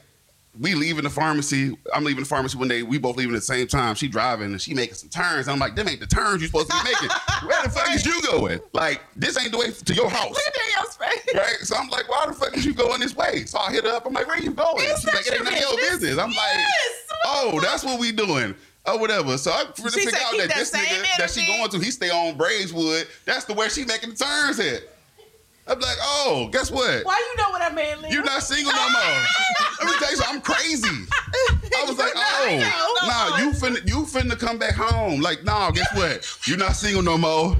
We leaving the pharmacy. I'm leaving the pharmacy one day. We both leaving at the same time. She driving and she making some turns. I'm like, them ain't the turns you supposed to be making. Where the fuck is you going? Like, this ain't the way to your house Danielle's face. right? So I'm like, why the fuck is you going this way? So I hit her up. I'm like, where you going? It's She's like, not it ain't none of your your business. business. I'm like, oh, that's what we doing. Or whatever. So I really She figured said out keep that that this same nigga that she energy. going to, he stay on Brazewood. That's the way she making the turns at. I'm like, oh, guess what? Why you know what I mean? You're not single no more. Let me tell you something. I'm crazy. I [LAUGHS] was like, oh, nah, you finna, you finna come back home. Like, nah, guess what? You're not single no more.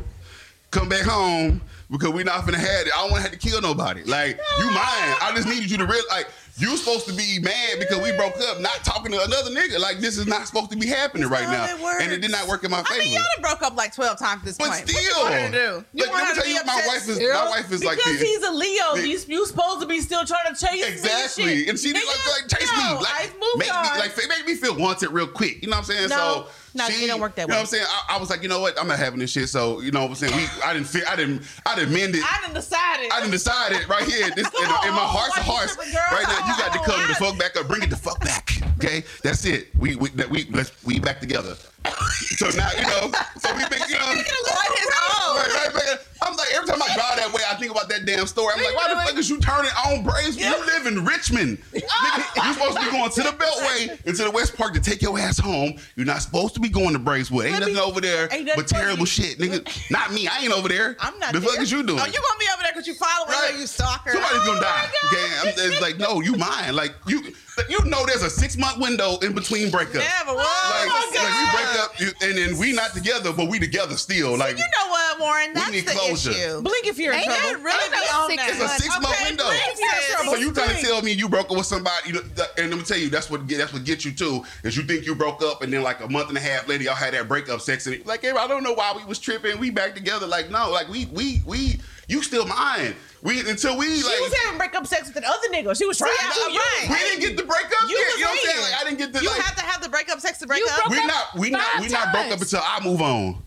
Come back home because we not finna have it. I don't wanna have to kill nobody. Like, you mine. I just needed you to real like, you supposed to be mad because we broke up, not talking to another nigga. Like, this is not supposed to be happening right how now. it works. And it did not work in my I favor. mean, y'all done broke up like 12 times at this but point. still, what you want her to do? You want like, let me her to tell be you, my upset wife is still? my wife is because like this. he's a Leo. the- You, you supposed to be still trying to chase me. Exactly. And she just like, like chase no, me. Like, I've moved make on. me like fa- make me feel wanted real quick. You know what I'm saying? No, so no, it don't work that You know way. what I'm saying? I, I was like, you know what? I'm not having this shit. So you know what I'm saying? We I didn't feel I didn't I didn't mend it. I, I didn't decide it. didn't decide it right here. This, in, in my on, heart's why you hearts tripping, girl? right now, you got to Come come on. the fuck back up. Bring it the fuck back. Okay? That's it. We we that we let's we back together. [LAUGHS] so now, you know, so we been, [LAUGHS] you know, On his own. Right, right, right. I'm like, every time I drive that way, I think about that damn story. I'm like, why the fuck is you turning on Braves? You live in Richmond. Ah. Nigga, you supposed to be going to the Beltway and to the West Park to take your ass home. You're not supposed to be going to Brazewood. Ain't Let me- nothing over there ain't nothing but terrible funny. shit, [LAUGHS] nigga. Not me. I ain't over there. I'm not The there. fuck is you doing? Oh, you Oh, gonna be over there because you following Right. her, you stalker. Somebody's gonna die. Okay, I'm, it's like no, you mine. Like you, but you know, there's a six month window in between breakups. Never was. like, Oh, my like we God. break up, you, and then we not together, but we together still. Like You know what, Warren? That's need the closure. issue. [LAUGHS] Blink if you're in Ain't trouble. that really Ain't that be on six that? It's a months? six month Okay, window. please, yes. So you trying to tell me you broke up with somebody? You know, th- and let me tell you, that's what get, that's what gets you too. Is you think you broke up, and then like a month and a half later, y'all had that breakup sex, and it- like, hey, I don't know why we was tripping. We back together. Like, no, like we we we you still mine. We until we She like was having breakup sex with another nigga. She was trying Yeah, [LAUGHS] to. I'm right. we didn't get the breakup. You yet. was you know what I'm saying? leaving. Like, I didn't get the. You like, have to have the breakup sex to break You up. broke- we not we not Five we not broke up times. until I move on.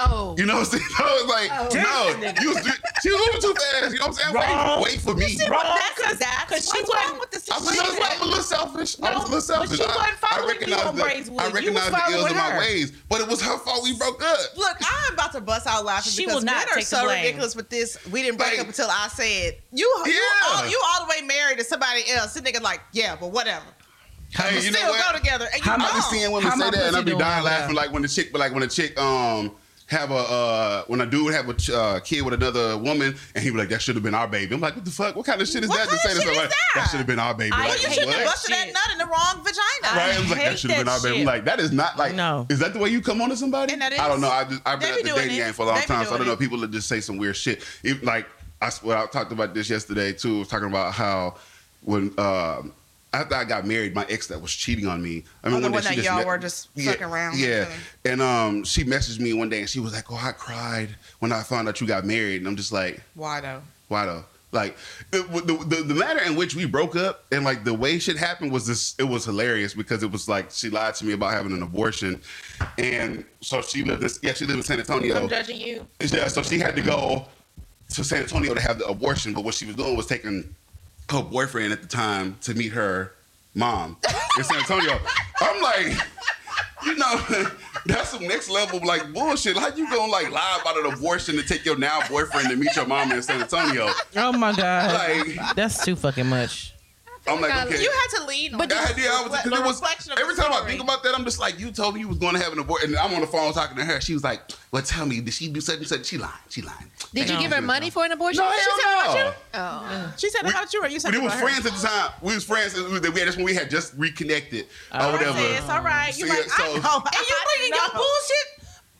Oh, You know what I'm saying? [LAUGHS] So it's like, no, you, was- she was moving too fast. You know what I'm saying? Wrong. Wait, wait for me. That's exactly. Because she What's wrong wasn't. with this I'm a little, I'm a little selfish. I'm a little No, selfish. but you I, wasn't I following recognize me on the, Brazewood. I You recognize was the ills following in my her. ways, but it was her fault we broke up. Look, I'm about to bust out laughing She because will not men are take the so blame. ridiculous with this. We didn't break Like- up until I said you. You, Yeah. all, you all the way married to somebody else. The nigga like, yeah, but whatever. Hey, We you know still what? go together. And you How I much own. be seeing women How say my that, and I pussy be doing dying right laughing. now? Like when the chick, but like when a chick, um, have a uh, when a dude have a ch- uh, kid with another woman, and he be like, "That should have been our baby." I'm like, "What the fuck? What kind of shit is What that?" to kind say of to shit is somebody, that? should have been our baby. I like, You hate shouldn't have What? busted that Shit. nut in the wrong vagina. Right? I was like, hate that should have been that our baby. I'm shit. like, that is not like, No. is that the way you come on to somebody? And that I don't is- know. I just, I've they been at be the doing dating it. game for a long They be time, so I doing don't know. it. People that just say some weird shit. If, like, I, s- well, I talked about this yesterday too. I was talking about how when, um after I got married, my ex that was cheating on me. I Oh, the one day one she that just y'all were just fucking around Yeah, with. and um, she messaged me one day and she was like, "Oh, I cried when I found out you got married," and I'm just like, Why though? why though? Like the, the the the manner in which we broke up and like the way shit happened was this. It was hilarious because it was like she lied to me about having an abortion, and so she lived. In, yeah, she lived in San Antonio. I'm judging you. Yeah, so she had to go to San Antonio to have the abortion. But what she was doing was taking her boyfriend at the time to meet her mom in San Antonio. I'm like, you know, [LAUGHS] that's some next level like bullshit. How you gonna like lie about an abortion to take your now boyfriend to meet your mom in San Antonio? Oh my god, Like, that's too fucking much. I'm like, okay. You had to lean on. I had- yeah, I was- the it was- reflection of every the time I story. think about that, I'm just like, you told me you was going to have an abortion, and I'm on the phone talking to her. She was like, "Well, tell me, did she do such and such?" She lying, she lying. Did you No. give her money for an abortion? No, She hell said- no. Oh. She said about you, or you said But it was about her? friends at the time. We was friends. and we- That's when we had just reconnected or Oh. whatever. It's all right. You See, like, so- I know. And you bringing your bullshit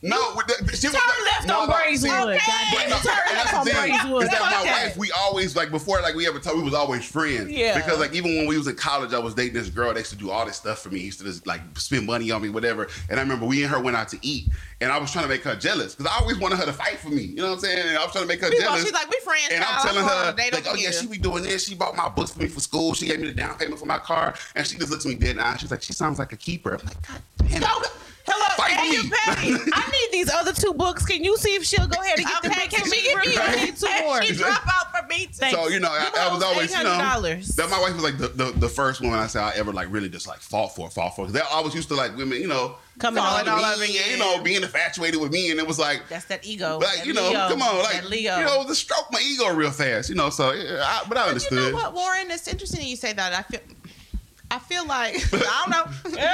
No, with that, she was Tom like- left no, on no, Brazewood. see, Goddamn, but no, Tom and left that's on the thing, Brazewood. Is that Fuck my that. wife? We always like before like we ever talked. We was always friends. Yeah. Because like even when we was in college, I was dating this girl. that used to do all this stuff for me. Used to just like spend money on me, whatever. And I remember we and her went out to eat, and I was trying to make her jealous because I always wanted her to fight for me. You know what I'm saying? And I was trying to make her Meanwhile, jealous. she's like, we friends. And I'm now. telling Hold her, on, they don't like, oh yeah, care. she be doing this. She bought my books for me for school. She gave me the down payment for my car, and she just looks me dead in the eye. She's like, she sounds like a keeper. I'm like, God damn. Go- it. Hello, Fight Fight me. Patty. I need these other two books. Can you see if she'll go ahead and get the pack? Can we get me? I need two more. She drop out for me too. So you know, I, I was always you know $800. that my wife was like the, the, the first woman I said I ever like really just like fought for, fought for. Because they're always used to like women, you know, Come calling on, all me, over you. you know, being infatuated with me, and it was like. That's that ego. Like that you know, Leo, come on, like that Leo. you know, the stroke my ego real fast, you know. So, yeah, I, but I You understood. know what, Warren? It's interesting you say that. I feel, I feel like [LAUGHS] I don't [LAUGHS] know.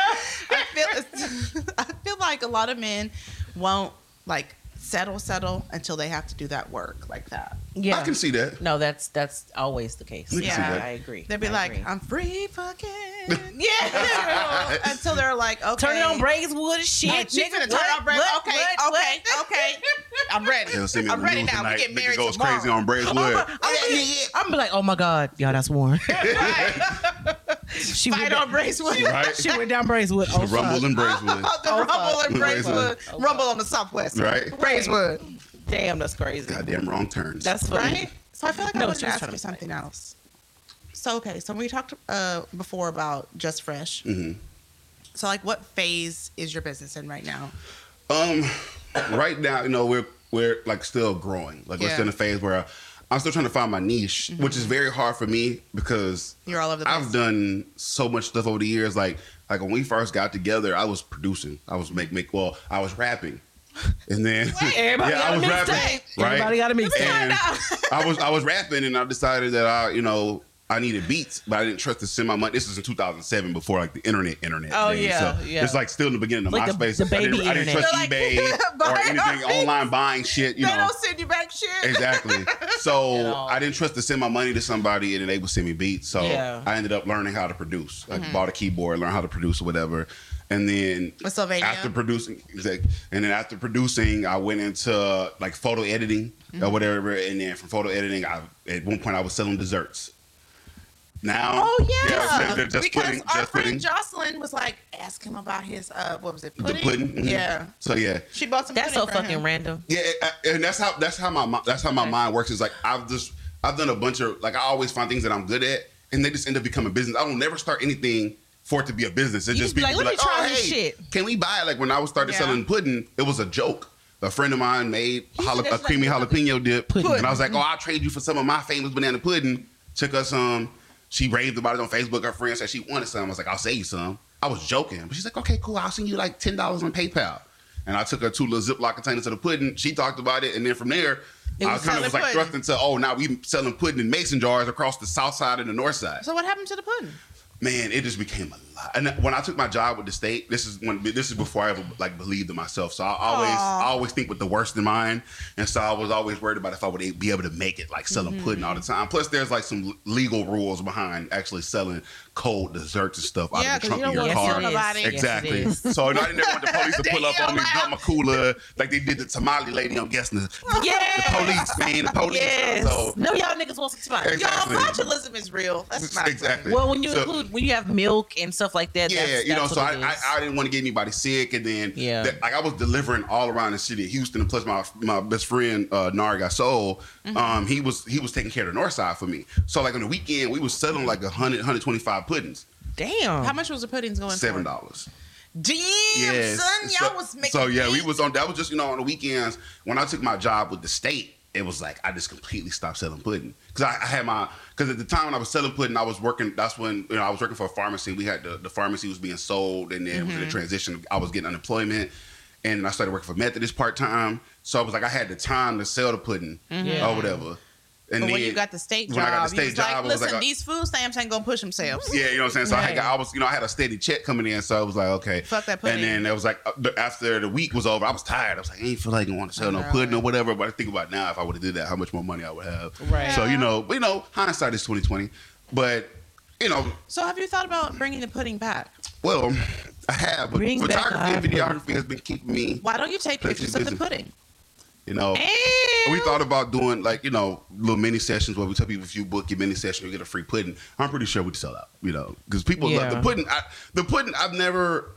I feel, it's- I feel [LAUGHS] like a lot of men won't like settle, settle until they have to do that work like that. yeah. I can see that. no, that's that's always the case. You can see Yeah, that. I agree. They'll be I like, agree. "I'm free, [LAUGHS] fucking yeah," until they're like, "Okay, turn it on Brazewood shit. Like, she's nigga, gonna turn what, on Bra- what, okay, what, okay, what? okay. I'm ready. They'll see me on I'm the ready news now. tonight. We get Nigga married goes tomorrow. crazy on Brazewood. [LAUGHS] I'm be like, oh my god, y'all, that's [LAUGHS] Warren. she Fight went on down, Bracewood. right? she went down [LAUGHS] Brazewood. Oh, the rumble fuck. in Brazewood, the Oh, rumble fuck. in Bracewood. Oh, fuck. rumble on the Southwest. right? Bracewood. Damn, that's crazy. Goddamn wrong turns. That's funny. right? So I feel like No, I wanted she to was ask trying you to something else. So okay, so we talked uh, before about Just Fresh. Mhm. So like, what phase is your business in right now? Um, right now, you know, we're we're like still growing. Like we're Yeah. still in a phase where I'm still trying to find my niche, which is very hard for me because You're all over the place. I've done so much stuff over the years. Like like when we first got together, I was producing. I was make make well, I was rapping. And then [LAUGHS] everybody yeah, got a I was mixtape. rapping. Right? Everybody got a mixtape. And I was I was rapping and I decided that I, you know, I needed beats, but I didn't trust to send my money. This is in 2007 before like the internet internet. Oh, thing. yeah, so yeah. It's like still in the beginning of Like the- MySpace. the baby I didn't, I internet. didn't [LAUGHS] trust eBay or anything online buying shit, you they know. don't send you back shit. [LAUGHS] Exactly. At So all. I didn't trust to send my money to somebody and then they would send me beats. So Yeah. I ended up learning how to produce. Mm-hmm. Like bought a keyboard, learned how to produce or whatever. And then With Sylvania. after producing, exact- and then after producing, I went into uh, like photo editing Mm-hmm. or whatever. And then from photo editing, I at one point I was selling desserts. Now, Oh yeah, um, they're, they're just because putting, our just friend putting Jocelyn was like, ask him about his uh, what was it? the Pudding. pudding. Mhm. Yeah, So yeah, she bought some. That's pudding so for fucking him. random. Yeah, I- I- and that's how that's how my mi- that's how my mind works. Is like I've just I've done a bunch of like I always find things that I'm good at, and they just end up becoming business. I don't never start anything for it to be a business. It You just just be be like, be "Let me like, try oh, this hey, shit." can we buy? it? Like when I was started Yeah. selling pudding, it was a joke. A friend of mine made jala- a that's creamy like- jalapeno dip, Pudding. Mm-hmm. and I was like, "Oh, I'll trade you for some of my famous banana pudding." Took us some. She raved about it on Facebook. Her friend said she wanted some. I was like, "I'll send you some." I was joking, but she's like, "Okay, cool. I'll send you like ten dollars on PayPal." And I took her two little Ziploc containers of the pudding. She talked about it, and then from there, It I was kind selling of was like pudding. thrust into, "Oh, now we selling pudding in mason jars across the south side and the north side." So what happened to the pudding? man, it just became a lot. And when I took my job with the state, this is when this is before I ever like believed in myself. So I always I always think with the worst in mind, and so I was always worried about if I would be able to make it, like selling pudding Mm-hmm. all the time. Plus, there's like some legal rules behind actually selling cold desserts and stuff out Yeah, of the 'cause you trunk don't of your want to car. sell nobody. Yes, it Exactly. Yes, it is. so I didn't ever want the [LAUGHS] police to pull up on me, dump my cooler, like they did the Somali lady. I'm guessing the, [LAUGHS] the Yes. police, man, the police. Yes. So [LAUGHS] no, y'all niggas want some spice. Exactly. Y'all, fraudulalism is real. That's not exactly. Well, when you So- include when you have milk and stuff like that, Yeah, that's, you know, that's so I, what it I, is. I didn't want to get anybody sick, and then Yeah. that- like I was delivering all around the city of Houston, and plus my my best friend uh, Nari Gasol, Mm-hmm. um, he was he was taking care of the North Side for me. So like on the weekend, we was selling like 100, 125 puddings, damn. How much was the puddings going seven for? dollars. Damn, Yes. son, y'all so, was making. So yeah, we bank. was on. That was just you know on the weekends when I took my job with the state. It was like I just completely stopped selling pudding because I, I had my because at the time when I was selling pudding, I was working. That's when you know I was working for a pharmacy. We had the, the pharmacy was being sold, and then Mm-hmm. it was in a transition. I was getting unemployment, and I started working for Methodist part time. So I was like, I had the time to sell the pudding Yeah. or whatever. And Mm-hmm. But when you got the state job, when I got the you state was job, like, it was listen, like uh, a- these food stamps ain't gonna push themselves. [LAUGHS] Yeah, you know what I'm saying. So I, had, Right. I was, you know, I had a steady check coming in, so I was like, okay. Fuck that And pudding. then it was like uh, the- after the week was over, I was tired. I was like, I ain't feel like I want to sell no know, pudding or right. whatever. But I think about now, if I would have did that, how much more money I would have. Right. So you know, but, you know, hindsight is 2020. But you know, So have you thought about bringing the pudding back? well, I have, but Bring back photography our and videography has been keeping me. Why don't you take That's pictures your of the business. pudding? You know, we thought about doing like you know little mini sessions where we tell people if you book your mini session, you get a free pudding. I'm pretty sure we'd sell out. You know, because people love Yeah. the pudding. I, the pudding, I've never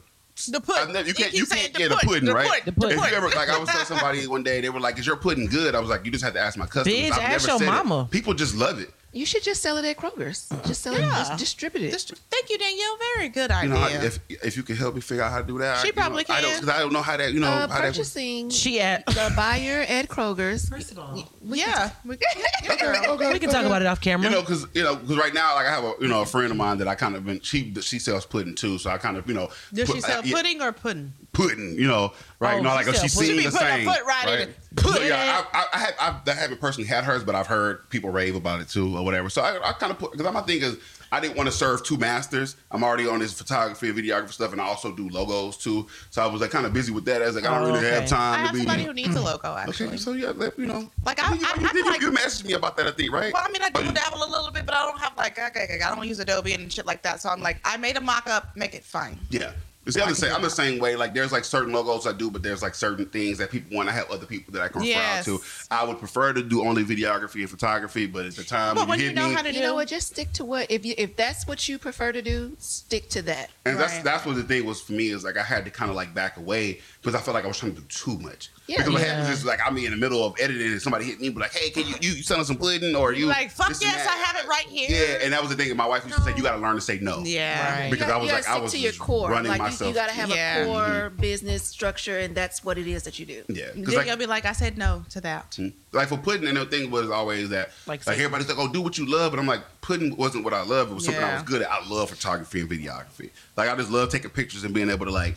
The pudding. I've never, you can't, you, keep saying can't the get a pudding, the right? The pudding. If you ever, like I was [LAUGHS] telling somebody one day, they were like, "Is your pudding good?" I was like, "You just have to ask my customers." Bitch, I've ask never your said it. mama. People just love it. You should just sell it at Kroger's. Just sell it. Yeah. Just distribute it. This- Thank you, Danielle. Very good You idea. know, I- if if you can help me figure out how to do that, She I, you probably know, I don't can. because Oh, I don't know how that. You know, uh, how that. purchasing She [LAUGHS] at. the buyer at Kroger's. First of all, yeah. We- [LAUGHS] yeah, girl. We can talk about it off camera. You know, because you know, 'cause right now, like I have a you know a friend of mine that I kind of been she she sells pudding too, so I kind of you know Does she put- sell I- uh, yeah, pudding or pudding? pudding, you know, right? Oh, no, like she oh, she said pudding. seen She be the putting same. her foot right in it. So, yeah, I, I, I, have, I've- I haven't personally had hers, but I've heard people rave about it too or whatever. So I, I kind of put because my thing is I didn't want to serve two masters. I'm already on this photography and videography stuff, and I also do logos too. So I was like kind of busy with that. I was like, I don't Oh, really okay. have I time to have be. somebody who needs a logo, actually. Okay, so yeah, let- you know, Like, I- you, I- you, I you, like- you messaged me about that, I think, right? Well, I mean, I do dabble a little bit, but I don't have like I, I, I don't use Adobe and shit like that. So I'm like, I made a mock up, make it fine. Yeah. It's the other same. I'm the same way. Like there's like certain logos I do, but there's like certain things that people want. I have other people that I can refer Yes. out to. I would prefer to do only videography and photography, but at the time But when when you you hit know me, how to do you know what? Just stick to what if you if that's what you prefer to do, stick to that. and that's Right. that's what the thing was for me is like I had to kind of like back away because I felt like I was trying to do too much. Yeah. because what Yeah. happens is like I'm in the middle of editing and somebody hit me, but like, hey, can you you, you selling some pudding or you like, fuck this and yes, that. I have it right here. Yeah, and that was the thing. My wife used to say, you got to learn to say no. Yeah. Right. because you gotta, I was you gotta like stick I was to your just core. running like myself. Mm-hmm. you, you gotta have Yeah. a core business structure, and that's what it is that you do. yeah, Then because like you'll be like, I said no to that. like for pudding, and the thing was always that Like like, say- everybody's like, "Oh, do what you love," but I'm like, pudding wasn't what I loved. It was something I Yeah. was good at. I love photography and videography. Like I just love taking pictures and being able to like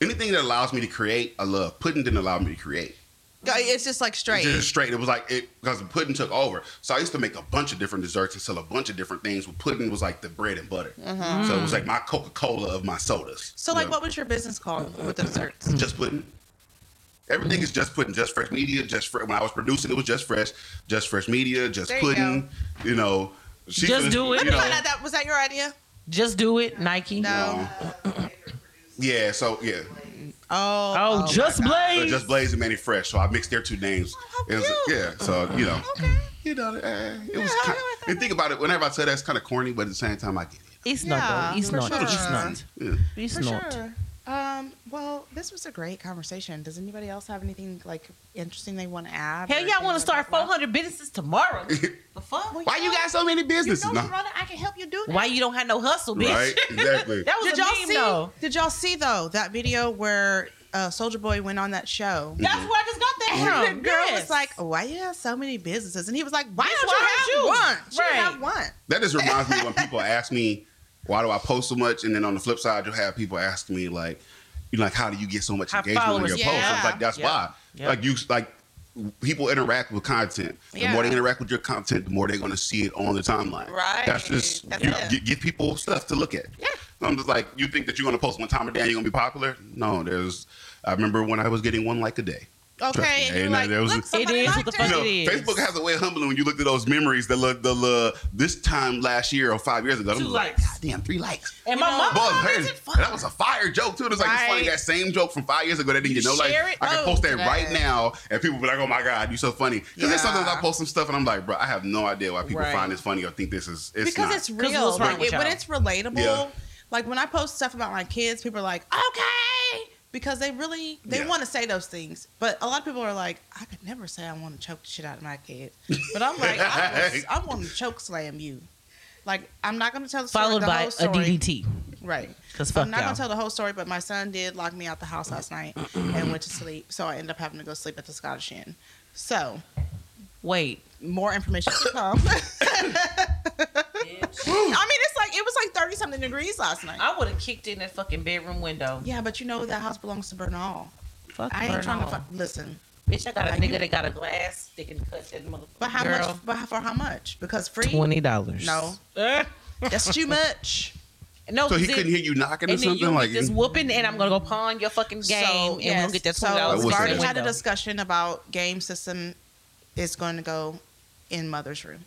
anything that allows me to create. I love pudding didn't allow me to create. It's just like straight. Just straight. It was like it because pudding took over. So I used to make a bunch of different desserts and sell a bunch of different things. But pudding was like the bread and butter. So it was like my Coca Cola of my sodas. Mm-hmm. So, like, Yeah. what was your business called with the desserts? just pudding. Everything is just pudding, just fresh media, just fresh. When I was producing, it was just fresh, just fresh media, just There you pudding. You, know, she Just do it. you know. Find out that was that your idea? Just do it, Nike. No. yeah, so yeah, Oh. Oh, just so blaze. just Blaze and Manny Fresh. So I mixed their two names. It was- Oh, cute. yeah, so you know, you know, uh, it was. I Kind know, I and think about it. Whenever I say that, it's kind of corny, but at the same time, I get it. It's not Yeah, though. It's for not. It's sure. not. Yeah. It's For not. sure. Um, well, this was a great conversation. Does anybody else have anything like interesting they want to add? Hell, or y'all want to anything start like that? 400 businesses tomorrow? the fuck? Why you got so many businesses? You know, No. Sharonda, I can help you do that. Why you don't have no hustle, bitch? Right? [LAUGHS] Exactly. That was Did a y'all meme, see? though. Did y'all see though that video where uh, Soldier Boy went on that show? That's where I just got that [LAUGHS] And [LAUGHS] from. the girl Yes. was like, "Why you have so many businesses?" And he was like, "Why Bitch, don't why you don't have you?" one? She Right. have one." That just reminds me when people ask me, why do I post so much? And then on the flip side, you'll have people ask me like, you know, like, how do you get so much How engagement on followers- your posts? I Yeah. was like, that's Yep. why. Yep. Like you like people interact with content. The Yeah. more they interact with your content, the more they're gonna see it on the timeline. Right. That's just That's you it. gi- give people stuff to look at. Yeah. I'm just like, you think that you're gonna post one time a day and you're gonna be popular? No, there's I remember when I was getting one like a day. Trust me, Okay, and ain't you're no- like, there was- "Look, It somebody is what liked the it." fuck you know, it is. Facebook has a way of humbling when you look at those memories that look the look this time last year or five years ago. Two I'm like, likes. God damn, three likes. and my mom, Buzz Harris, that was a fire joke too. It's like it's funny Right. that same joke from five years ago that didn't get no like. share it? I can Oh, post that right man. now, and people be like, "Oh my god, you're so funny." Because Yeah. there's sometimes I post some stuff and I'm like, "Bro, I have no idea why people Right. find this funny or think this is." It's because not. it's Because real. what's wrong Like, with it- when y'all? it's relatable, Yeah. like when I post stuff about my kids, people are like, "Okay," because they really they Yeah. want to say those things. But a lot of people are like, "I could never say I want to choke the shit out of my kid," but I'm like, "I, will- [LAUGHS] I want to choke slam you." Like I'm not gonna tell the story, followed the by whole a story. DDT. Right. 'Cause fuck I'm not y'all. gonna tell the whole story, but my son did lock me out the house last night and went to sleep, so I ended up having to go sleep at the Scottish Inn. So Wait. more information to come. [LAUGHS] I mean, it's like it was like thirty something degrees last night. I would have kicked in that fucking bedroom window. Yeah, but you know that house belongs to Bernal. Fuck I ain't Bernal. trying to fuck. Listen, Bitch, I got a nigga that got a glass that can cut that motherfucker. but how Girl. much? But for how much? Because free. dollars. No, that's too much. [LAUGHS] no. so he 'cause it- couldn't hear you knocking or and then something you like. get this whooping, and I'm gonna go pawn your fucking [LAUGHS] game, and we'll get that So twenty dollars. I we will say already had that. a discussion about game system is going to go in mother's room.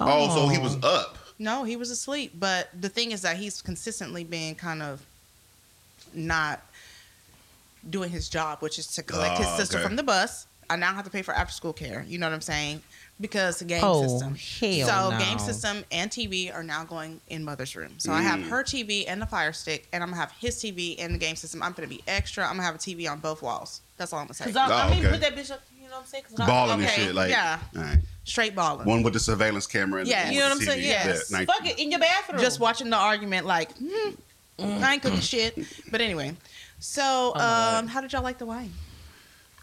oh, so he was up. No, he was asleep. But the thing is that he's consistently been kind of not doing his job, which is to collect his Ah, sister okay. from the bus. I now have to pay for after school care. You know what I'm saying? Because the game Oh, system. hell so no. game system and TV are now going in mother's room. So I Mm. have her TV and the fire stick, and I'm gonna have his TV and the game system. I'm gonna be extra. I'm gonna have a TV on both walls. That's all I'm gonna say. Cause I, I Oh, mean, okay. put that bitch up. You know what I'm saying? 'Cause I- Balling okay. and shit. Like, yeah. all right. Straight balling. one with the surveillance camera. And Yeah. the You know what I'm saying? Yes. Yes. Fuck it in your bathroom. just watching the argument like hmm, i ain't cooking shit but anyway so um how did y'all like the wine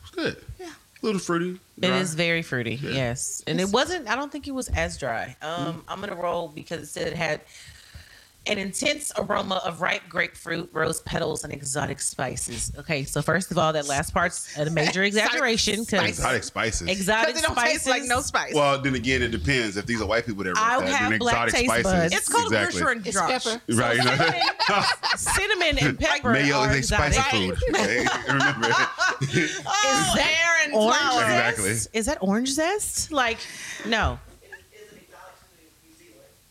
It's good. Yeah. A little fruity. It dry. is very fruity, yes. And it wasn't, I don't think it was as dry. Um, Mm-hmm. I'm gonna roll because it said it had an intense aroma of ripe grapefruit, rose petals, and exotic spices. Okay, so first of all, that last part's a major exaggeration because exotic spices. exotic because it don't spices taste like no spice Well, then again, it depends. If these are white people that I'll wrote that, have then black exotic taste spices. buds. it's called exactly. a and Drosh. pepper. Right. You know? [LAUGHS] cinnamon [LAUGHS] and pepper Mayo are is a spicy [LAUGHS] exotic. food. Okay? Remember. oh, Is that Aaron orange Flower. zest? Exactly. Oh, Is that orange zest? Like, no.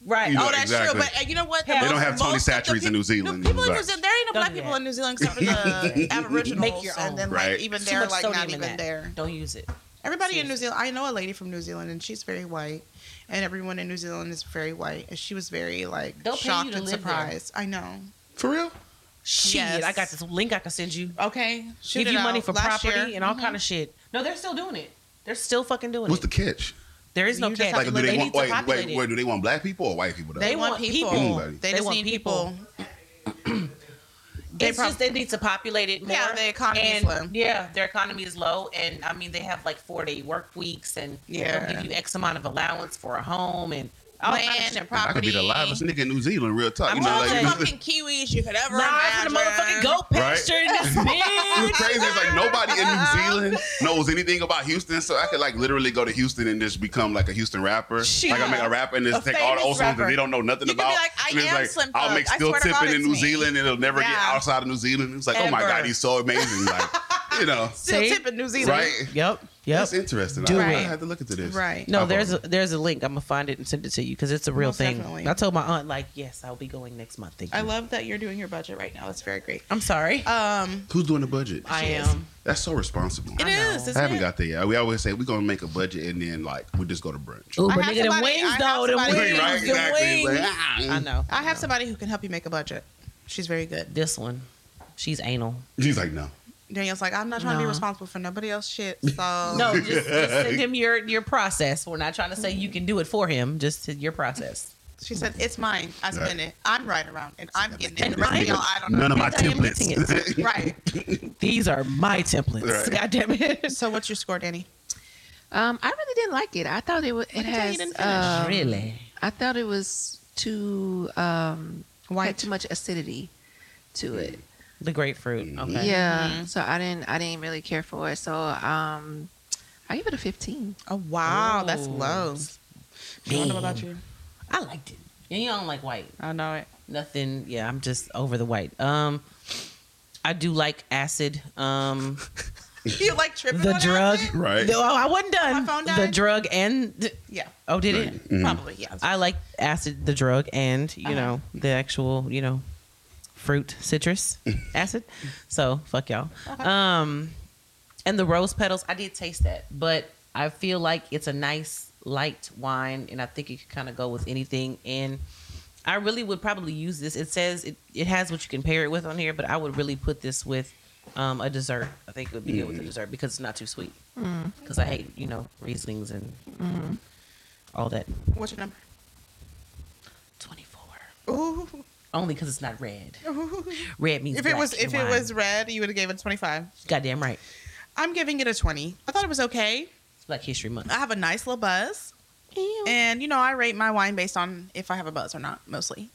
Right. You know, oh that's true exactly. but uh, you know what The They They don't most- have Tony most of the Satcheries peop- in New the Zealand. people in New Right. Zealand, there ain't no Don't black do people that. in New Zealand except for the Aboriginals, Make your own. and then Right. like even Too they're much like not sodium in even that. there. Don't use it. Everybody in New Zealand, I know a lady from New Zealand, and she's very white, and everyone in New Zealand is very white, and she was very like They'll pay you shocked to and live there. surprised. I know. For real? Shit, Yes. I got this link I can send you. Okay, shoot give it you money out. for Last property year- Mm-hmm. and all kind of shit. No, they're still doing it. They're still fucking doing What's it. the catch? there is no You just catch. have Like, to do live- they, they need want to wait, populate wait, it. wait, do they want black people or white people? Though? They, They want, want people. people. They, They just want need people. people. They it's prob- just they need to populate it more. Yeah, the economy is and, low. Yeah, their economy is low, and I mean they have like four day work weeks, and Yeah. they'll give you X amount of allowance for a home and all Land kind of shit. and I could property. be the livest nigga in New Zealand, real talk. I'm you know, like, telling Fucking Kiwis you could ever Live in the motherfucking imagine. goat Right. pasture in [LAUGHS] this It's bitch. crazy. It's like nobody in New Zealand knows anything about Houston, so I could like literally go to Houston and just become like a Houston rapper. Shit. Like I make a rapper and just A take all the famous old songs that rapper. they don't know nothing You could be about. like, I and it's am Slim I'll Thug. make I still swear to God, tipping in it's New me. Zealand, and it'll never get Yeah. outside of New Zealand. It's like, oh my Ever. god, he's so amazing. [LAUGHS] Like, you know, Still See? tip in New Zealand. right? Yep. Yep. That's interesting. Do I, I it. had to look into this. Right. No, I've um, there's a, already- there's a link. I'm gonna find it and send it to you because it's a real Most thing. definitely. I told my aunt like, yes, I'll be going next month. Thank you. I love that you're doing your budget right now. That's very great. I'm sorry. Um, Who's doing the budget? I is. am. That's so responsible. it I know. is. I isn't haven't it? got there yet. We always say we're gonna make a budget and then like we just go to brunch. Ooh, I but have nigga, them somebody- I wings have though. Them somebody- wings. Right, them It's like, wings. ah. I know. I have somebody who can help you make a budget. She's very good. This one, she's anal. She's like, no. Danielle's like, I'm not trying to be No. responsible for nobody else's [LAUGHS] shit. So No, just, just send him your your process. We're not trying to say you can do it for him. Just your process. she said, it's mine. I spend Right. it. I'm right around it. I'm getting it. This The rest of nigga- y'all, I don't know. None of my I am missing templates. Right. These are my templates. Right. God damn it. So what's your score, Danny? Um, I really didn't like it. I thought it was. It you tell you has. didn't um, [LAUGHS] really? I thought it was too. Um, had White. too much acidity to it. The grapefruit. Okay. Yeah. Mm-hmm. So I didn't. I didn't really care for it. So um, I give it a fifteen. Oh wow, that's Ooh. low. I don't know about you. I liked it. And you don't like white. I know it. Nothing. Yeah, I'm just over the white. Um, I do like acid. Um, [LAUGHS] You like tripping? the on drug. acid? Right. No, I wasn't done. My phone The died? drug and Yeah, oh, did it? probably. Yeah. I like acid, the drug, and you know the actual, you know, fruit, citrus, acid. So fuck y'all. Um, and the rose petals, I did taste that, but I feel like it's a nice light wine, and I think it could kind of go with anything. And I really would probably use this. It says it, it has what you can pair it with on here, but I would really put this with um, a dessert. I think it would be good with a dessert because it's not too sweet. Because I hate you know rieslings and all that. What's your number? 24. Ooh. Only because it's [LAUGHS] not red. Red means If it black was in if it wine. was red, you would have gave it twenty five. goddamn right, I'm giving it a twenty. I thought it was okay. it's Black History Month. I have a nice little buzz, and you know I rate my wine based on if I have a buzz or not, [SIGHS] mostly.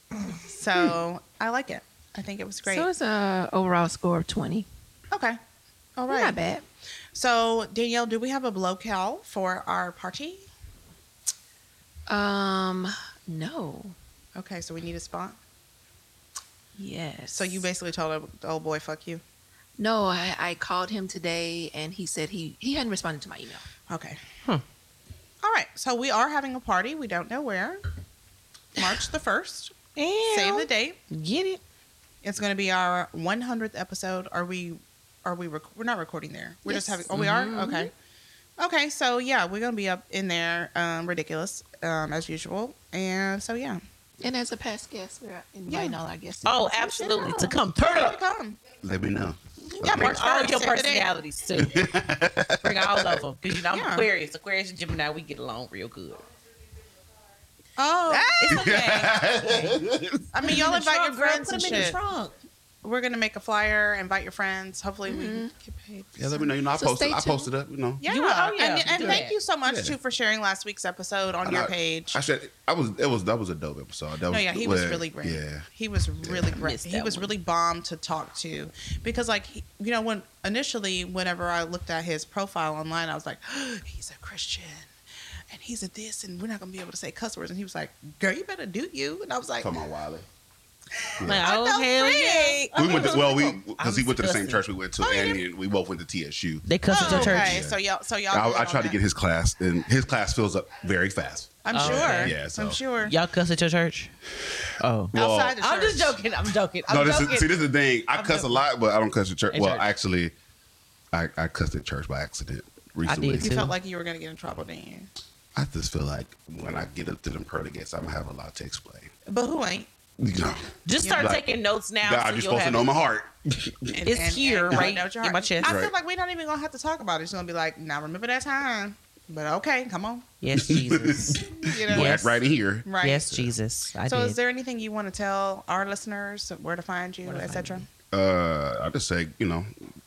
So I like it. I think it was great. So it's a overall score of twenty. okay. All right. Not bad. So Danielle, do we have a blow cal for our party? Um, no. Okay, so we need a spot. Yes. So you basically told the old boy, "Fuck you." No, I, I called him today and he said he he hadn't responded to my email. Okay. Huh. All right. So we are having a party. We don't know where. March the 1st. Damn. Save the date. Get it? It's going to be our 100th episode. Are we? Are we? Rec- we're not recording there. We're just Yes. having. Oh, we are. Okay. Okay. So yeah, we're going to be up in there. Um, ridiculous, um, as usual. And so yeah. And as a past guest, we're inviting all our guests. Oh, absolutely. To come turn Here we up. come. Let me know. Yeah, Bring March all 1st, your save the date. personalities too. [LAUGHS] Bring all of them. Because you know I'm Yeah. Aquarius. Aquarius and Gemini, we get along real good. Oh, It's okay. I mean, y'all invite your Trunk, girl, friends Put and them in the shit. trunk. We're gonna make a flyer. Invite your friends. Hopefully, we can [LAUGHS] Yeah, let me know. You know, I So posted. stay I tuned. posted up. You know. Yeah, You- oh, yeah, and, and do thank that. you so much Yeah. too for sharing last week's episode on And your I- page. I said I was. It was that was a dope episode. That no, was, yeah, he was well, really great. Yeah, He was really great. Missed He that was one. really bomb to talk to because, like, he, you know, when initially, whenever I looked at his profile online, I was like, [GASPS] he's a Christian and he's a this, and we're not gonna be able to say cuss words. And he was like, girl, you better do you. And I was like, come on, Wiley. Like, I oh, felt hell free. yeah. We went to, well, we because he I'm went to the same disgusted. church we went to, Oh, yeah, and he- we both went to TSU. They cuss at Oh, your church. okay, so y'all, so y'all. good I, I on tried to that. get his class, and his class fills up very fast. I'm Oh, sure. okay. Yeah, so- I'm sure. Y'all cuss at your church? Oh. Well, Outside the church. I'm just joking. I'm joking. I'm no, this joking. is, see, this is the thing. I cuss a lot, but I don't cuss at church. At well, church. actually, I, I cussed at church by accident recently. I, too. You felt like you were gonna get in trouble, didn't you? just feel like when I get up to them pearly gates, I'm gonna have a lot to explain. But who ain't? You know, Just start Like, taking notes now. God, so you're you'll supposed to have know my heart. And- It's and- here, and God right knows your in heart. my chest. I feel Right. like we're not even gonna have to talk about it. It's gonna be like, now remember that time. But okay, come on. [LAUGHS] Yes, Jesus. You know, Yeah. Black right here. right? Yes, Jesus. I so, did. is there anything you want to tell our listeners where to find you, [LAUGHS] etc.? Uh, I just say, you know,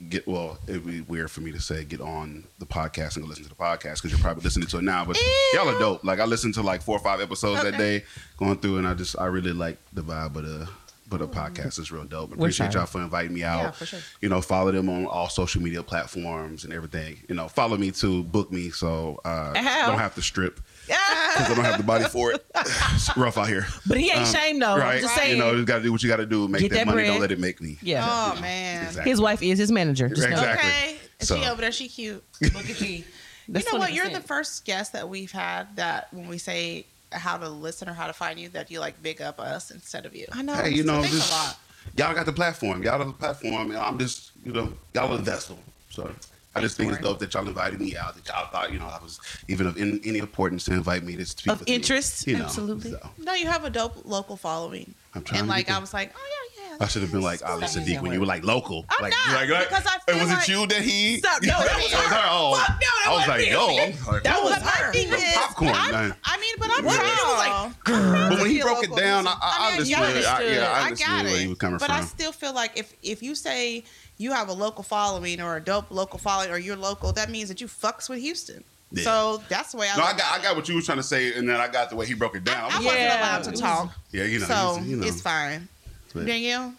get well. It'd be weird for me to say get on the podcast and go listen to the podcast because you're probably listening to it now. But y'all are dope. Like I listened to like four or five episodes that Okay. day, going through, and I just I really like the vibe of the but the podcast is real dope. We're Appreciate sorry. y'all for inviting me out. Yeah, for sure. You know, follow them on all social media platforms and everything. You know, follow me too, book me so uh, Ow. don't have to strip because I don't have the body for [LAUGHS] it. It's rough out here. But he ain't shamed though. I'm just saying. Um, You know, you got to do what you got to do. Make Get that, that money. bread. Don't let it make me. yeah. Oh man. Exactly. His wife is his manager. Just know. Exactly. Okay, So- she over there, she [LAUGHS] cute. Look at me. That's you know what? You're 20%. the first guest that we've had that when we say how to listen or how to find you, that you like big up us instead of you. I know. Hey, you know, thanks just- a lot. Y'all got the platform. Y'all are the platform, and I'm just, you know, y'all are the vessel. So I just think it's dope that y'all invited me out. That y'all thought, you know, I was even of in, any importance to invite me to speak Of with me. interest, You know, absolutely. so No, you have a dope local following. I'm trying and to like get I the- was like, oh yeah, yeah. I should have been like "Oh, Ali Stop. Sadiq when you were like local. I'm like, not, you're like, because I feel was like- it you that he? [LAUGHS] Stop. No, that was her. Oh, Fuck, no, that I was wasn't like, me. yo, I'm sorry. That was I'm her. thing is, popcorn. I'm- man. I mean, but I'm What? proud. But when he feel broke it local. down, I, I, I mean, understood. you I, yeah, I I understood got where it. he was coming but from. I still feel like if if you say you have a local following or a dope local following or you're local, that means that you fucks with Houston. Yeah. So that's the way I. no, I look got, at I it. got what you were trying to say, and then I got the way he broke it down. I I'm wasn't like, Yeah. allowed to it was- talk, yeah, you know, so you know. it's fine. But- Danielle,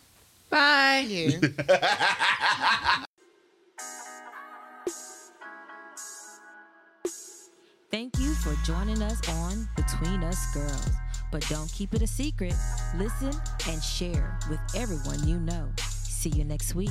Bye. you. Thank you for joining us on Between Us Girls. But don't keep it a secret. Listen and share with everyone you know. See you next week.